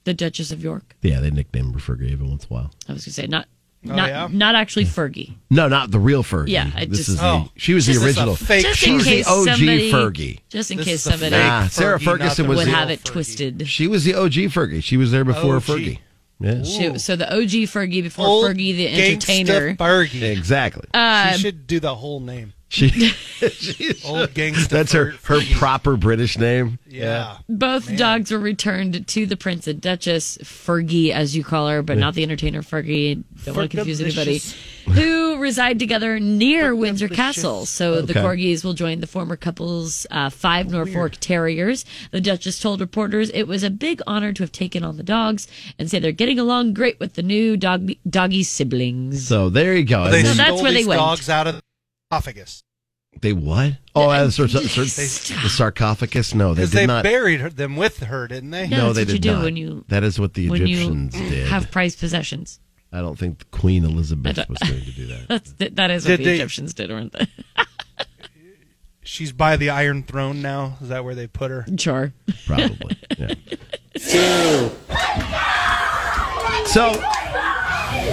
[SPEAKER 9] the Duchess of York.
[SPEAKER 8] Yeah. They nicknamed her Fergie every once in a while.
[SPEAKER 9] I was going to say, not.
[SPEAKER 8] Oh,
[SPEAKER 9] Not,
[SPEAKER 8] yeah?
[SPEAKER 9] not actually Fergie.
[SPEAKER 8] No, not the real Fergie.
[SPEAKER 9] Yeah, I
[SPEAKER 8] this
[SPEAKER 9] just-
[SPEAKER 8] is the,
[SPEAKER 9] Oh.
[SPEAKER 8] she was the
[SPEAKER 9] Just-
[SPEAKER 8] original.
[SPEAKER 9] Just in
[SPEAKER 8] she was the
[SPEAKER 9] case
[SPEAKER 8] OG
[SPEAKER 9] somebody-
[SPEAKER 8] Fergie.
[SPEAKER 9] Just in
[SPEAKER 10] This
[SPEAKER 9] case
[SPEAKER 10] is a
[SPEAKER 9] somebody
[SPEAKER 8] Nah, Ah, Sarah
[SPEAKER 10] Fergie, not
[SPEAKER 8] Ferguson
[SPEAKER 10] the
[SPEAKER 8] was
[SPEAKER 9] would
[SPEAKER 8] the,
[SPEAKER 9] have it twisted.
[SPEAKER 8] She was the OG Fergie. She was there before
[SPEAKER 9] OG.
[SPEAKER 8] Fergie. Yeah.
[SPEAKER 9] She- so the OG Fergie before
[SPEAKER 10] Old
[SPEAKER 9] Fergie the
[SPEAKER 10] gangsta
[SPEAKER 9] entertainer.
[SPEAKER 10] Fergie.
[SPEAKER 8] Exactly.
[SPEAKER 9] Uh,
[SPEAKER 10] she should do the whole name.
[SPEAKER 9] *laughs*
[SPEAKER 8] She, *laughs*
[SPEAKER 10] Old gangster.
[SPEAKER 8] that's her her proper British name.
[SPEAKER 10] Yeah.
[SPEAKER 9] Both dogs were returned to the Prince and Duchess Fergie, as you call her, but
[SPEAKER 8] Yeah.
[SPEAKER 9] not the entertainer Fergie. Don't want to confuse anybody.
[SPEAKER 2] Fergalicious.
[SPEAKER 9] Who reside together near Windsor Castle. So the
[SPEAKER 2] Okay.
[SPEAKER 9] corgis will join the former couple's uh, five Norfolk Terriers. The Duchess told reporters it was a big honor to have taken on the dogs and say they're getting along great with the new dog doggy siblings.
[SPEAKER 8] So there you go.
[SPEAKER 10] They
[SPEAKER 8] Oh, And
[SPEAKER 10] stole
[SPEAKER 8] then-
[SPEAKER 9] that's where they
[SPEAKER 10] these
[SPEAKER 9] went.
[SPEAKER 10] dogs out of the esophagus.
[SPEAKER 8] They what? Oh, uh, sar- sar- sar-
[SPEAKER 10] Stop.
[SPEAKER 8] the sarcophagus. No, they
[SPEAKER 10] Because
[SPEAKER 8] did
[SPEAKER 10] they
[SPEAKER 8] not.
[SPEAKER 10] buried her, them with her, didn't they?
[SPEAKER 8] No, they did not. that is what the
[SPEAKER 9] when you
[SPEAKER 8] Egyptians did.
[SPEAKER 9] have prized possessions.
[SPEAKER 8] I don't think Queen Elizabeth
[SPEAKER 9] I don't-
[SPEAKER 8] was going to do
[SPEAKER 9] *laughs*
[SPEAKER 8] that.
[SPEAKER 9] That's, that is what
[SPEAKER 10] Did
[SPEAKER 9] the
[SPEAKER 10] they-
[SPEAKER 9] Egyptians did, weren't *laughs* they?
[SPEAKER 10] She's by the Iron Throne now. Is that where they put her?
[SPEAKER 9] Sure.
[SPEAKER 8] Probably. Yeah. So,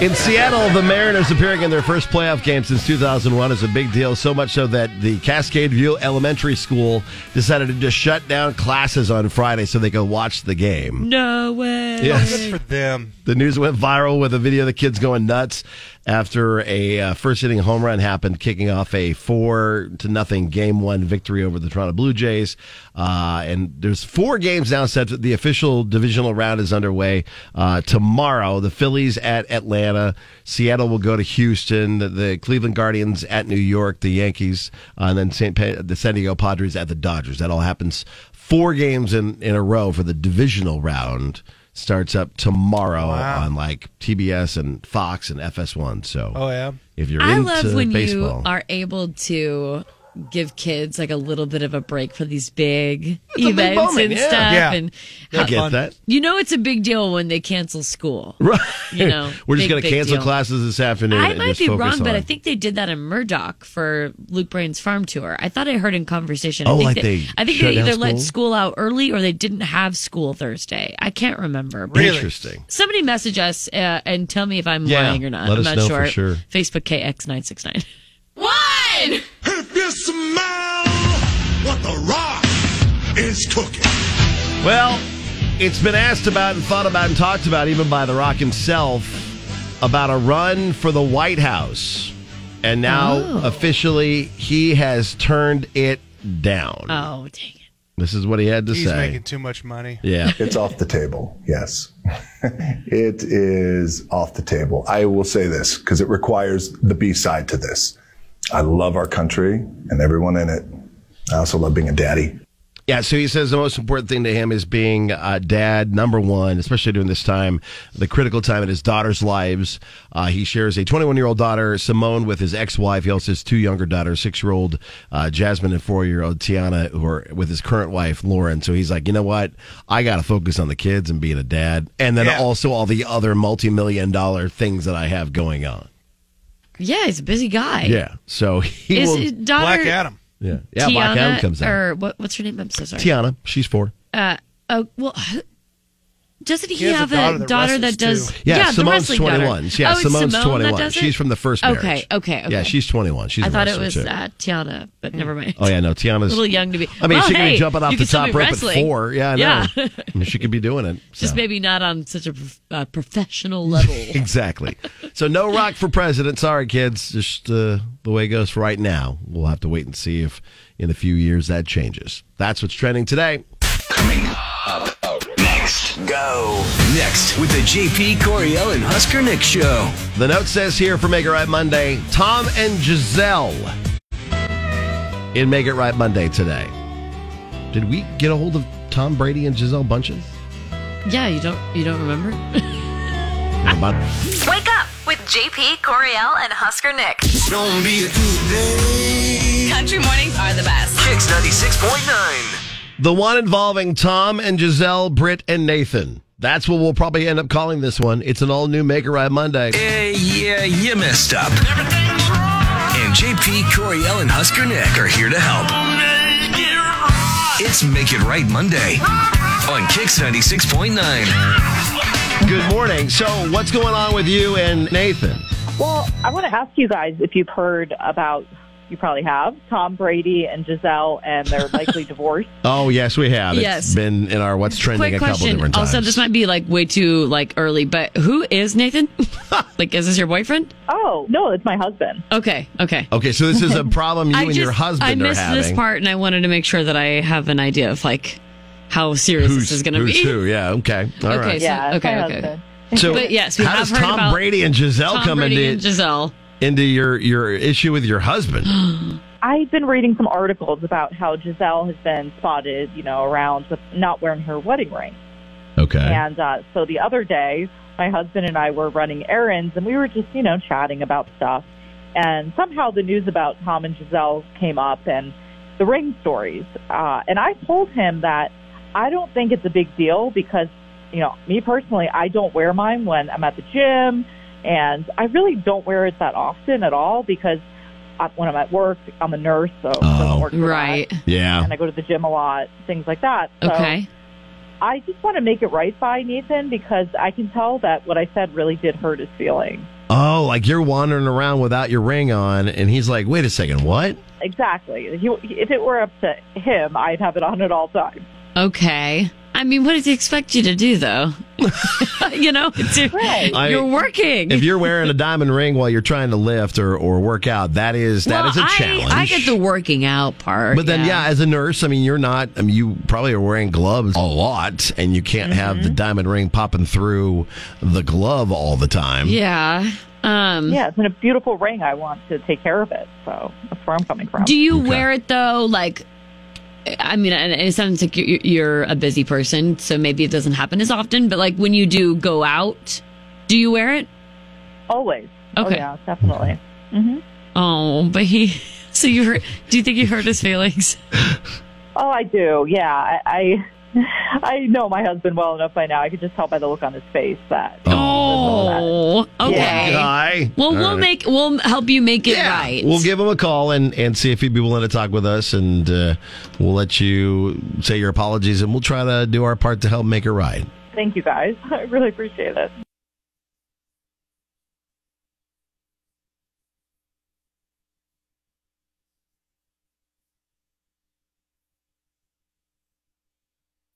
[SPEAKER 8] in Seattle, the Mariners appearing in their first playoff game since 2001 is a big deal, so much so that the Cascade View Elementary School decided to just shut down classes on Friday so they could watch the game.
[SPEAKER 9] No way.
[SPEAKER 8] Yes.
[SPEAKER 10] Oh, Good for them.
[SPEAKER 8] The news went viral with a video of the kids going nuts. after a uh, first inning home run happened, kicking off a four to nothing game one victory over the Toronto Blue Jays. Uh, and there's four games now set. The official divisional round is underway uh, tomorrow. The Phillies at Atlanta, Seattle will go to Houston, the, the Cleveland Guardians at New York, the Yankees, uh, and then St. Pa- the San Diego Padres at the Dodgers. That all happens four games in, in a row for the divisional round starts up tomorrow
[SPEAKER 22] Wow.
[SPEAKER 8] on like TBS and Fox and FS1. So,
[SPEAKER 22] Oh, yeah.
[SPEAKER 8] if you're
[SPEAKER 9] I
[SPEAKER 8] into
[SPEAKER 9] love when
[SPEAKER 8] baseball,
[SPEAKER 9] you are able to give kids like a little bit of a break for these big
[SPEAKER 8] a big
[SPEAKER 9] events
[SPEAKER 8] moment,
[SPEAKER 9] and
[SPEAKER 8] yeah.
[SPEAKER 9] stuff.
[SPEAKER 8] Yeah.
[SPEAKER 9] And
[SPEAKER 8] I get that.
[SPEAKER 22] *laughs*
[SPEAKER 9] You know, it's a big deal when they cancel school.
[SPEAKER 8] right?
[SPEAKER 9] You know,
[SPEAKER 8] *laughs* we're just
[SPEAKER 9] big,
[SPEAKER 8] going to
[SPEAKER 9] big
[SPEAKER 8] cancel
[SPEAKER 9] deal.
[SPEAKER 8] classes this afternoon.
[SPEAKER 9] I
[SPEAKER 8] and
[SPEAKER 9] might
[SPEAKER 8] just
[SPEAKER 9] be
[SPEAKER 8] focus
[SPEAKER 9] wrong, but
[SPEAKER 8] on-
[SPEAKER 9] I think they did that in Murdoch for Luke Bryan's farm tour. I thought I heard in conversation. I
[SPEAKER 8] Oh,
[SPEAKER 9] think
[SPEAKER 8] like
[SPEAKER 9] that-
[SPEAKER 8] they
[SPEAKER 9] I think
[SPEAKER 8] shut
[SPEAKER 9] they
[SPEAKER 8] down
[SPEAKER 9] either let
[SPEAKER 8] school?
[SPEAKER 9] school out early or they didn't have school Thursday. I can't remember. but-
[SPEAKER 8] Interesting.
[SPEAKER 9] Somebody message us uh, and tell me if I'm
[SPEAKER 8] Yeah,
[SPEAKER 9] lying or not. I'm
[SPEAKER 8] let us
[SPEAKER 9] not
[SPEAKER 8] know
[SPEAKER 9] sure.
[SPEAKER 8] for sure.
[SPEAKER 9] Facebook KX969.
[SPEAKER 23] One! If you smell what the rock is cooking.
[SPEAKER 8] Well, it's been asked about and thought about and talked about even by The Rock himself about a run for the White House. And now
[SPEAKER 9] Oh.
[SPEAKER 8] officially he has turned it down.
[SPEAKER 9] Oh, dang it.
[SPEAKER 8] This is what he had to
[SPEAKER 22] He's
[SPEAKER 8] say.
[SPEAKER 22] making too much money.
[SPEAKER 8] Yeah.
[SPEAKER 24] It's off the table. Yes. it is off the table. I will say this because it requires the B side to this. I love our country and everyone in it. I also love being a daddy.
[SPEAKER 8] Yeah, so he says the most important thing to him is being uh, dad number one, especially during this time, the critical time in his daughter's lives. Uh, he shares a 21 year old daughter, Simone, with his ex wife. He also has two younger daughters, six year old uh, Jasmine and four year old Tiana, who are with his current wife, Lauren. So he's like, you know what? I got to focus on the kids and being a dad, and then
[SPEAKER 22] Yeah.
[SPEAKER 8] also all the other multi million dollar things that I have going on.
[SPEAKER 9] Yeah, he's a busy guy.
[SPEAKER 8] yeah, so he
[SPEAKER 9] Is
[SPEAKER 8] will.
[SPEAKER 9] his daughter Black Adam?
[SPEAKER 8] yeah, yeah
[SPEAKER 9] Tiana,
[SPEAKER 8] Black Adam comes out.
[SPEAKER 9] Or what, what's her name? I'm so sorry.
[SPEAKER 8] Tiana, she's four.
[SPEAKER 9] Uh, oh, well, doesn't he,
[SPEAKER 22] He has
[SPEAKER 9] have
[SPEAKER 22] a daughter
[SPEAKER 9] a
[SPEAKER 22] that
[SPEAKER 9] daughter
[SPEAKER 22] wrestles,
[SPEAKER 9] that does?
[SPEAKER 22] too.
[SPEAKER 8] Yeah,
[SPEAKER 9] the
[SPEAKER 8] Simone's
[SPEAKER 9] wrestling daughter.
[SPEAKER 8] 21. Yeah,
[SPEAKER 9] Oh, it's Simone
[SPEAKER 8] Simone's
[SPEAKER 9] that
[SPEAKER 8] 21.
[SPEAKER 9] does it?
[SPEAKER 8] She's from the first marriage.
[SPEAKER 9] Okay, okay, okay.
[SPEAKER 8] Yeah, she's 21. She's
[SPEAKER 9] I
[SPEAKER 8] a
[SPEAKER 9] thought it
[SPEAKER 8] wrestler,
[SPEAKER 9] was
[SPEAKER 8] too.
[SPEAKER 9] uh, Tiana, but never mind.
[SPEAKER 8] Oh yeah, no,
[SPEAKER 9] *laughs*
[SPEAKER 8] Tiana's
[SPEAKER 9] a little young to be.
[SPEAKER 8] I mean,
[SPEAKER 9] Well,
[SPEAKER 8] she could
[SPEAKER 9] hey,
[SPEAKER 8] be jumping
[SPEAKER 9] you
[SPEAKER 8] off the
[SPEAKER 9] can still
[SPEAKER 8] top
[SPEAKER 9] be
[SPEAKER 8] rope
[SPEAKER 9] wrestling.
[SPEAKER 8] at four. Yeah, I know.
[SPEAKER 9] *laughs* Yeah.
[SPEAKER 8] I mean, she could be doing it. so.
[SPEAKER 9] *laughs* Just maybe not on such a prof- uh, professional
[SPEAKER 8] *laughs*
[SPEAKER 9] level.
[SPEAKER 8] exactly. So no rock for president. Sorry, kids. Just uh, the way it goes for right now. We'll have to wait and see if in a few years that changes. That's what's trending today.
[SPEAKER 3] Up, up next. Go. Next with the JP Coriel and Husker Nick show.
[SPEAKER 8] The note says here for Make It Right Monday Tom and Giselle in Make It Right Monday today. Did we get a hold of Tom Brady and Giselle Bunches?
[SPEAKER 9] yeah, you don't you don't remember?
[SPEAKER 19] Wake up with JP, Coriel, and Husker Nick.
[SPEAKER 3] Don't be
[SPEAKER 19] Country mornings are the best.
[SPEAKER 3] Kicks 96.9.
[SPEAKER 8] The one involving Tom and Giselle, Britt and Nathan. That's what we'll probably end up calling this one. It's an all new Make It Right Monday.
[SPEAKER 3] Eh, yeah, you messed up. And JP Coriel and Husker Nick are here to help. It's Make It Right Monday on Kicks 96.9.
[SPEAKER 8] Good morning. So, what's going on with you and Nathan?
[SPEAKER 10] Well, I want to ask you guys if you've heard about, you probably have, Tom Brady and Giselle and their
[SPEAKER 8] *laughs*
[SPEAKER 10] likely divorce.
[SPEAKER 8] Oh, yes, we have.
[SPEAKER 9] Yes.
[SPEAKER 8] It's been in our What's Trending
[SPEAKER 9] Quick
[SPEAKER 8] a couple
[SPEAKER 9] question.
[SPEAKER 8] different times.
[SPEAKER 9] Also, this might be like way too like early, but who is
[SPEAKER 8] *laughs*
[SPEAKER 9] Nathan? like, is this your boyfriend?
[SPEAKER 10] Oh, no, it's my husband.
[SPEAKER 9] Okay, okay.
[SPEAKER 8] okay, so this is
[SPEAKER 9] *laughs*
[SPEAKER 8] a problem Oh, you
[SPEAKER 9] I
[SPEAKER 8] and
[SPEAKER 9] just-
[SPEAKER 8] your husband
[SPEAKER 9] I
[SPEAKER 8] are
[SPEAKER 9] missed
[SPEAKER 8] having.
[SPEAKER 9] this part, and I wanted to make sure that I have an idea of like how serious this is going to
[SPEAKER 8] who's
[SPEAKER 9] be.
[SPEAKER 8] who? Yeah, okay. all
[SPEAKER 9] okay,
[SPEAKER 8] right.
[SPEAKER 9] so, okay, okay.
[SPEAKER 8] So,
[SPEAKER 9] but yes, we
[SPEAKER 8] how
[SPEAKER 9] have
[SPEAKER 8] does
[SPEAKER 9] heard
[SPEAKER 8] Tom
[SPEAKER 9] about
[SPEAKER 8] Brady and Giselle
[SPEAKER 9] Tom
[SPEAKER 8] come
[SPEAKER 9] Brady
[SPEAKER 8] into
[SPEAKER 9] and Giselle?
[SPEAKER 8] into your your issue with
[SPEAKER 9] *gasps*
[SPEAKER 8] your husband?
[SPEAKER 10] I've been reading some articles about how Giselle has been spotted, you know, around with not wearing her wedding ring.
[SPEAKER 8] okay.
[SPEAKER 10] And uh, so the other day, my husband and I were running errands and we were just, you know, chatting about stuff. And somehow the news about Tom and Giselle came up and the ring stories. Uh, and I told him that I don't think it's a big deal because, you know, me personally, I don't wear mine when I'm at the gym. And I really don't wear it that often at all because I, when I'm at work, I'm a nurse, so it doesn't work for that.
[SPEAKER 9] Right.
[SPEAKER 8] Yeah.
[SPEAKER 10] And I go to the gym a lot, things like that. So
[SPEAKER 9] Okay.
[SPEAKER 10] I just want to make it right by Nathan because I can tell that what I said really did hurt his feelings.
[SPEAKER 8] Oh, like you're wandering around without your ring on, and he's like, "Wait a second, what?"
[SPEAKER 10] Exactly. He, if it were up to him, I'd have it on at all times.
[SPEAKER 9] Okay. I mean, what does he expect you to do, though? *laughs* you know, it's-
[SPEAKER 8] I-
[SPEAKER 9] you're working.
[SPEAKER 8] If
[SPEAKER 9] *laughs*
[SPEAKER 8] you're wearing a diamond ring while you're trying to lift or, or work out, that is that
[SPEAKER 9] Well,
[SPEAKER 8] is a challenge.
[SPEAKER 9] I, I get the working out part.
[SPEAKER 8] But then, yeah. as a nurse, I mean, you're not. I mean, you probably are wearing gloves a lot, and you can't have
[SPEAKER 9] Mm-hmm.
[SPEAKER 8] the diamond ring popping through the glove all the time.
[SPEAKER 9] Yeah. Um,
[SPEAKER 19] yeah, it's in a beautiful ring. I want to take care of it. So that's where I'm coming from.
[SPEAKER 9] Do you wear it though? Like, I mean, and it sounds like you're, you're a busy person, so maybe it doesn't happen as often. But like when you do go out, do you wear it?
[SPEAKER 19] Always.
[SPEAKER 9] Okay.
[SPEAKER 19] Oh, yeah, definitely. hmm
[SPEAKER 9] Oh, but he. *laughs* So you hurt, do you think you hurt his feelings?
[SPEAKER 19] Oh, I do. Yeah, I, I *laughs* I know my husband well enough by now. I could just tell by the look on his face that.
[SPEAKER 9] Oh, okay.
[SPEAKER 8] Guy.
[SPEAKER 9] Well,
[SPEAKER 8] All
[SPEAKER 9] we'll
[SPEAKER 8] right.
[SPEAKER 9] make we'll help you make it right.
[SPEAKER 8] We'll give him a call and, and see if he'd be willing to talk with us, and uh, we'll let you say your apologies, and we'll try to do our part to help make it right.
[SPEAKER 19] Thank you
[SPEAKER 10] *laughs*
[SPEAKER 19] guys. I really appreciate it.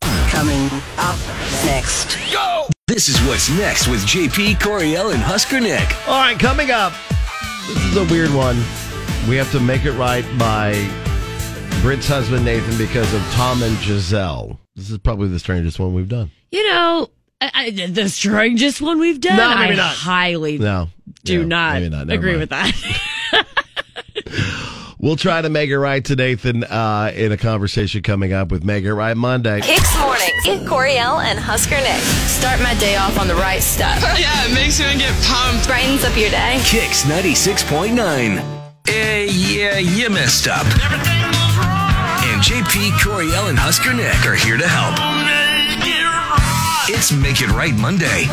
[SPEAKER 3] Coming up next. Go! This is what's next with JP Coriel and Husker Nick.
[SPEAKER 8] All right, coming up, this is a weird one. We have to make it right by Britt's husband Nathan because of Tom and Giselle. This is probably the strangest one we've done.
[SPEAKER 9] You know, I, I, the strangest one we've done.
[SPEAKER 8] No, maybe
[SPEAKER 9] I
[SPEAKER 8] not.
[SPEAKER 9] highly
[SPEAKER 8] No,
[SPEAKER 9] do
[SPEAKER 8] no,
[SPEAKER 9] not,
[SPEAKER 8] maybe not. Never
[SPEAKER 9] agree
[SPEAKER 8] mind.
[SPEAKER 9] with that.
[SPEAKER 8] *laughs* We'll try to make it right to Nathan uh, in a conversation coming up with Make It Right Monday.
[SPEAKER 2] Kicks Mornings. Get Coriel and Husker Nick. Start my day off on the right stuff. *laughs* yeah, it makes me get pumped. Brightens up your day.
[SPEAKER 3] Kicks 96.9. Eh, yeah, you messed up. And JP Coriel and Husker Nick are here to help. It's Make It Right Monday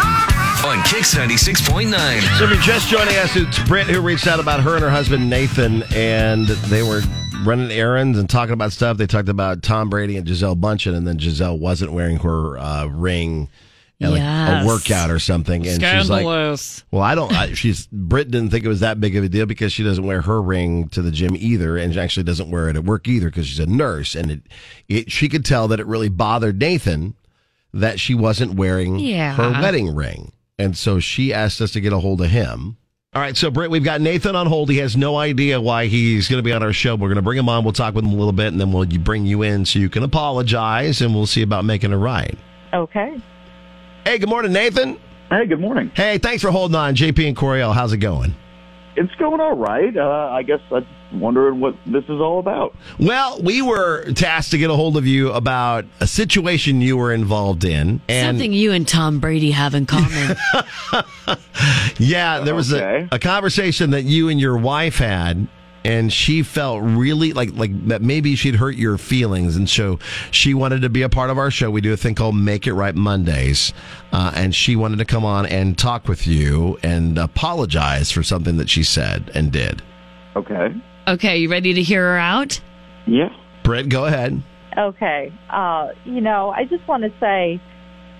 [SPEAKER 3] on Kicks 96.9.
[SPEAKER 8] So if you're just joining us, it's Britt who reached out about her and her husband Nathan, and they were running errands and talking about stuff. They talked about Tom Brady and Giselle Bundchen, and then Giselle wasn't wearing her uh, ring. at, like,
[SPEAKER 9] Yes.
[SPEAKER 8] a workout or something, and she's like,
[SPEAKER 9] Scandalous.
[SPEAKER 8] "Well, I don't." I, she's Britt didn't think it was that big of a deal because she doesn't wear her ring to the gym either, and she actually doesn't wear it at work either because she's a nurse, and it, it she could tell that it really bothered Nathan that she wasn't wearing
[SPEAKER 9] Yeah.
[SPEAKER 8] her wedding ring. And so she asked us to get a hold of him. All right, so Britt, we've got Nathan on hold. He has no idea why he's going to be on our show. We're going to bring him on. We'll talk with him a little bit, and then we'll bring you in so you can apologize, and we'll see about making it right.
[SPEAKER 19] Okay.
[SPEAKER 8] Hey, good morning, Nathan.
[SPEAKER 5] Hey, good morning.
[SPEAKER 8] Hey, thanks for holding on, JP and Coriel. How's it going?
[SPEAKER 5] It's going all right. Uh, I guess I'm wondering what this is all about.
[SPEAKER 8] Well, we were tasked to get a hold of you about a situation you were involved in, and
[SPEAKER 9] Something you and Tom Brady have in
[SPEAKER 8] *laughs*
[SPEAKER 9] common.
[SPEAKER 8] Yeah, there was a, a conversation that you and your wife had, and she felt really like like that maybe she'd hurt your feelings, and so she wanted to be a part of our show. We do a thing called Make It Right Mondays, uh, and she wanted to come on and talk with you and apologize for something that she said and did.
[SPEAKER 5] Okay.
[SPEAKER 9] okay, you ready to hear her out?
[SPEAKER 5] Yeah.
[SPEAKER 8] Britt, go ahead.
[SPEAKER 19] Okay. Uh, you know, I just want to say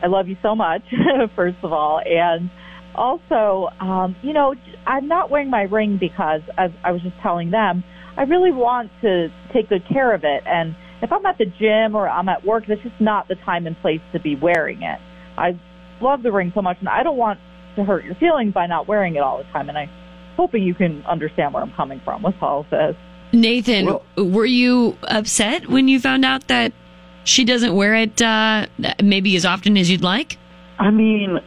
[SPEAKER 19] I love you so much, *laughs* first of all. And also, um, you know, I'm not wearing my ring because, as I was just telling them, I really want to take good care of it. And if I'm at the gym or I'm at work, that's just not the time and place to be wearing it. I love the ring so much, and I don't want to hurt your feelings by not wearing it all the time. And I'm hoping you can understand where I'm coming from with all of this.
[SPEAKER 9] Nathan, were you upset when you found out that she doesn't wear it uh, maybe as often as you'd like?
[SPEAKER 5] I mean,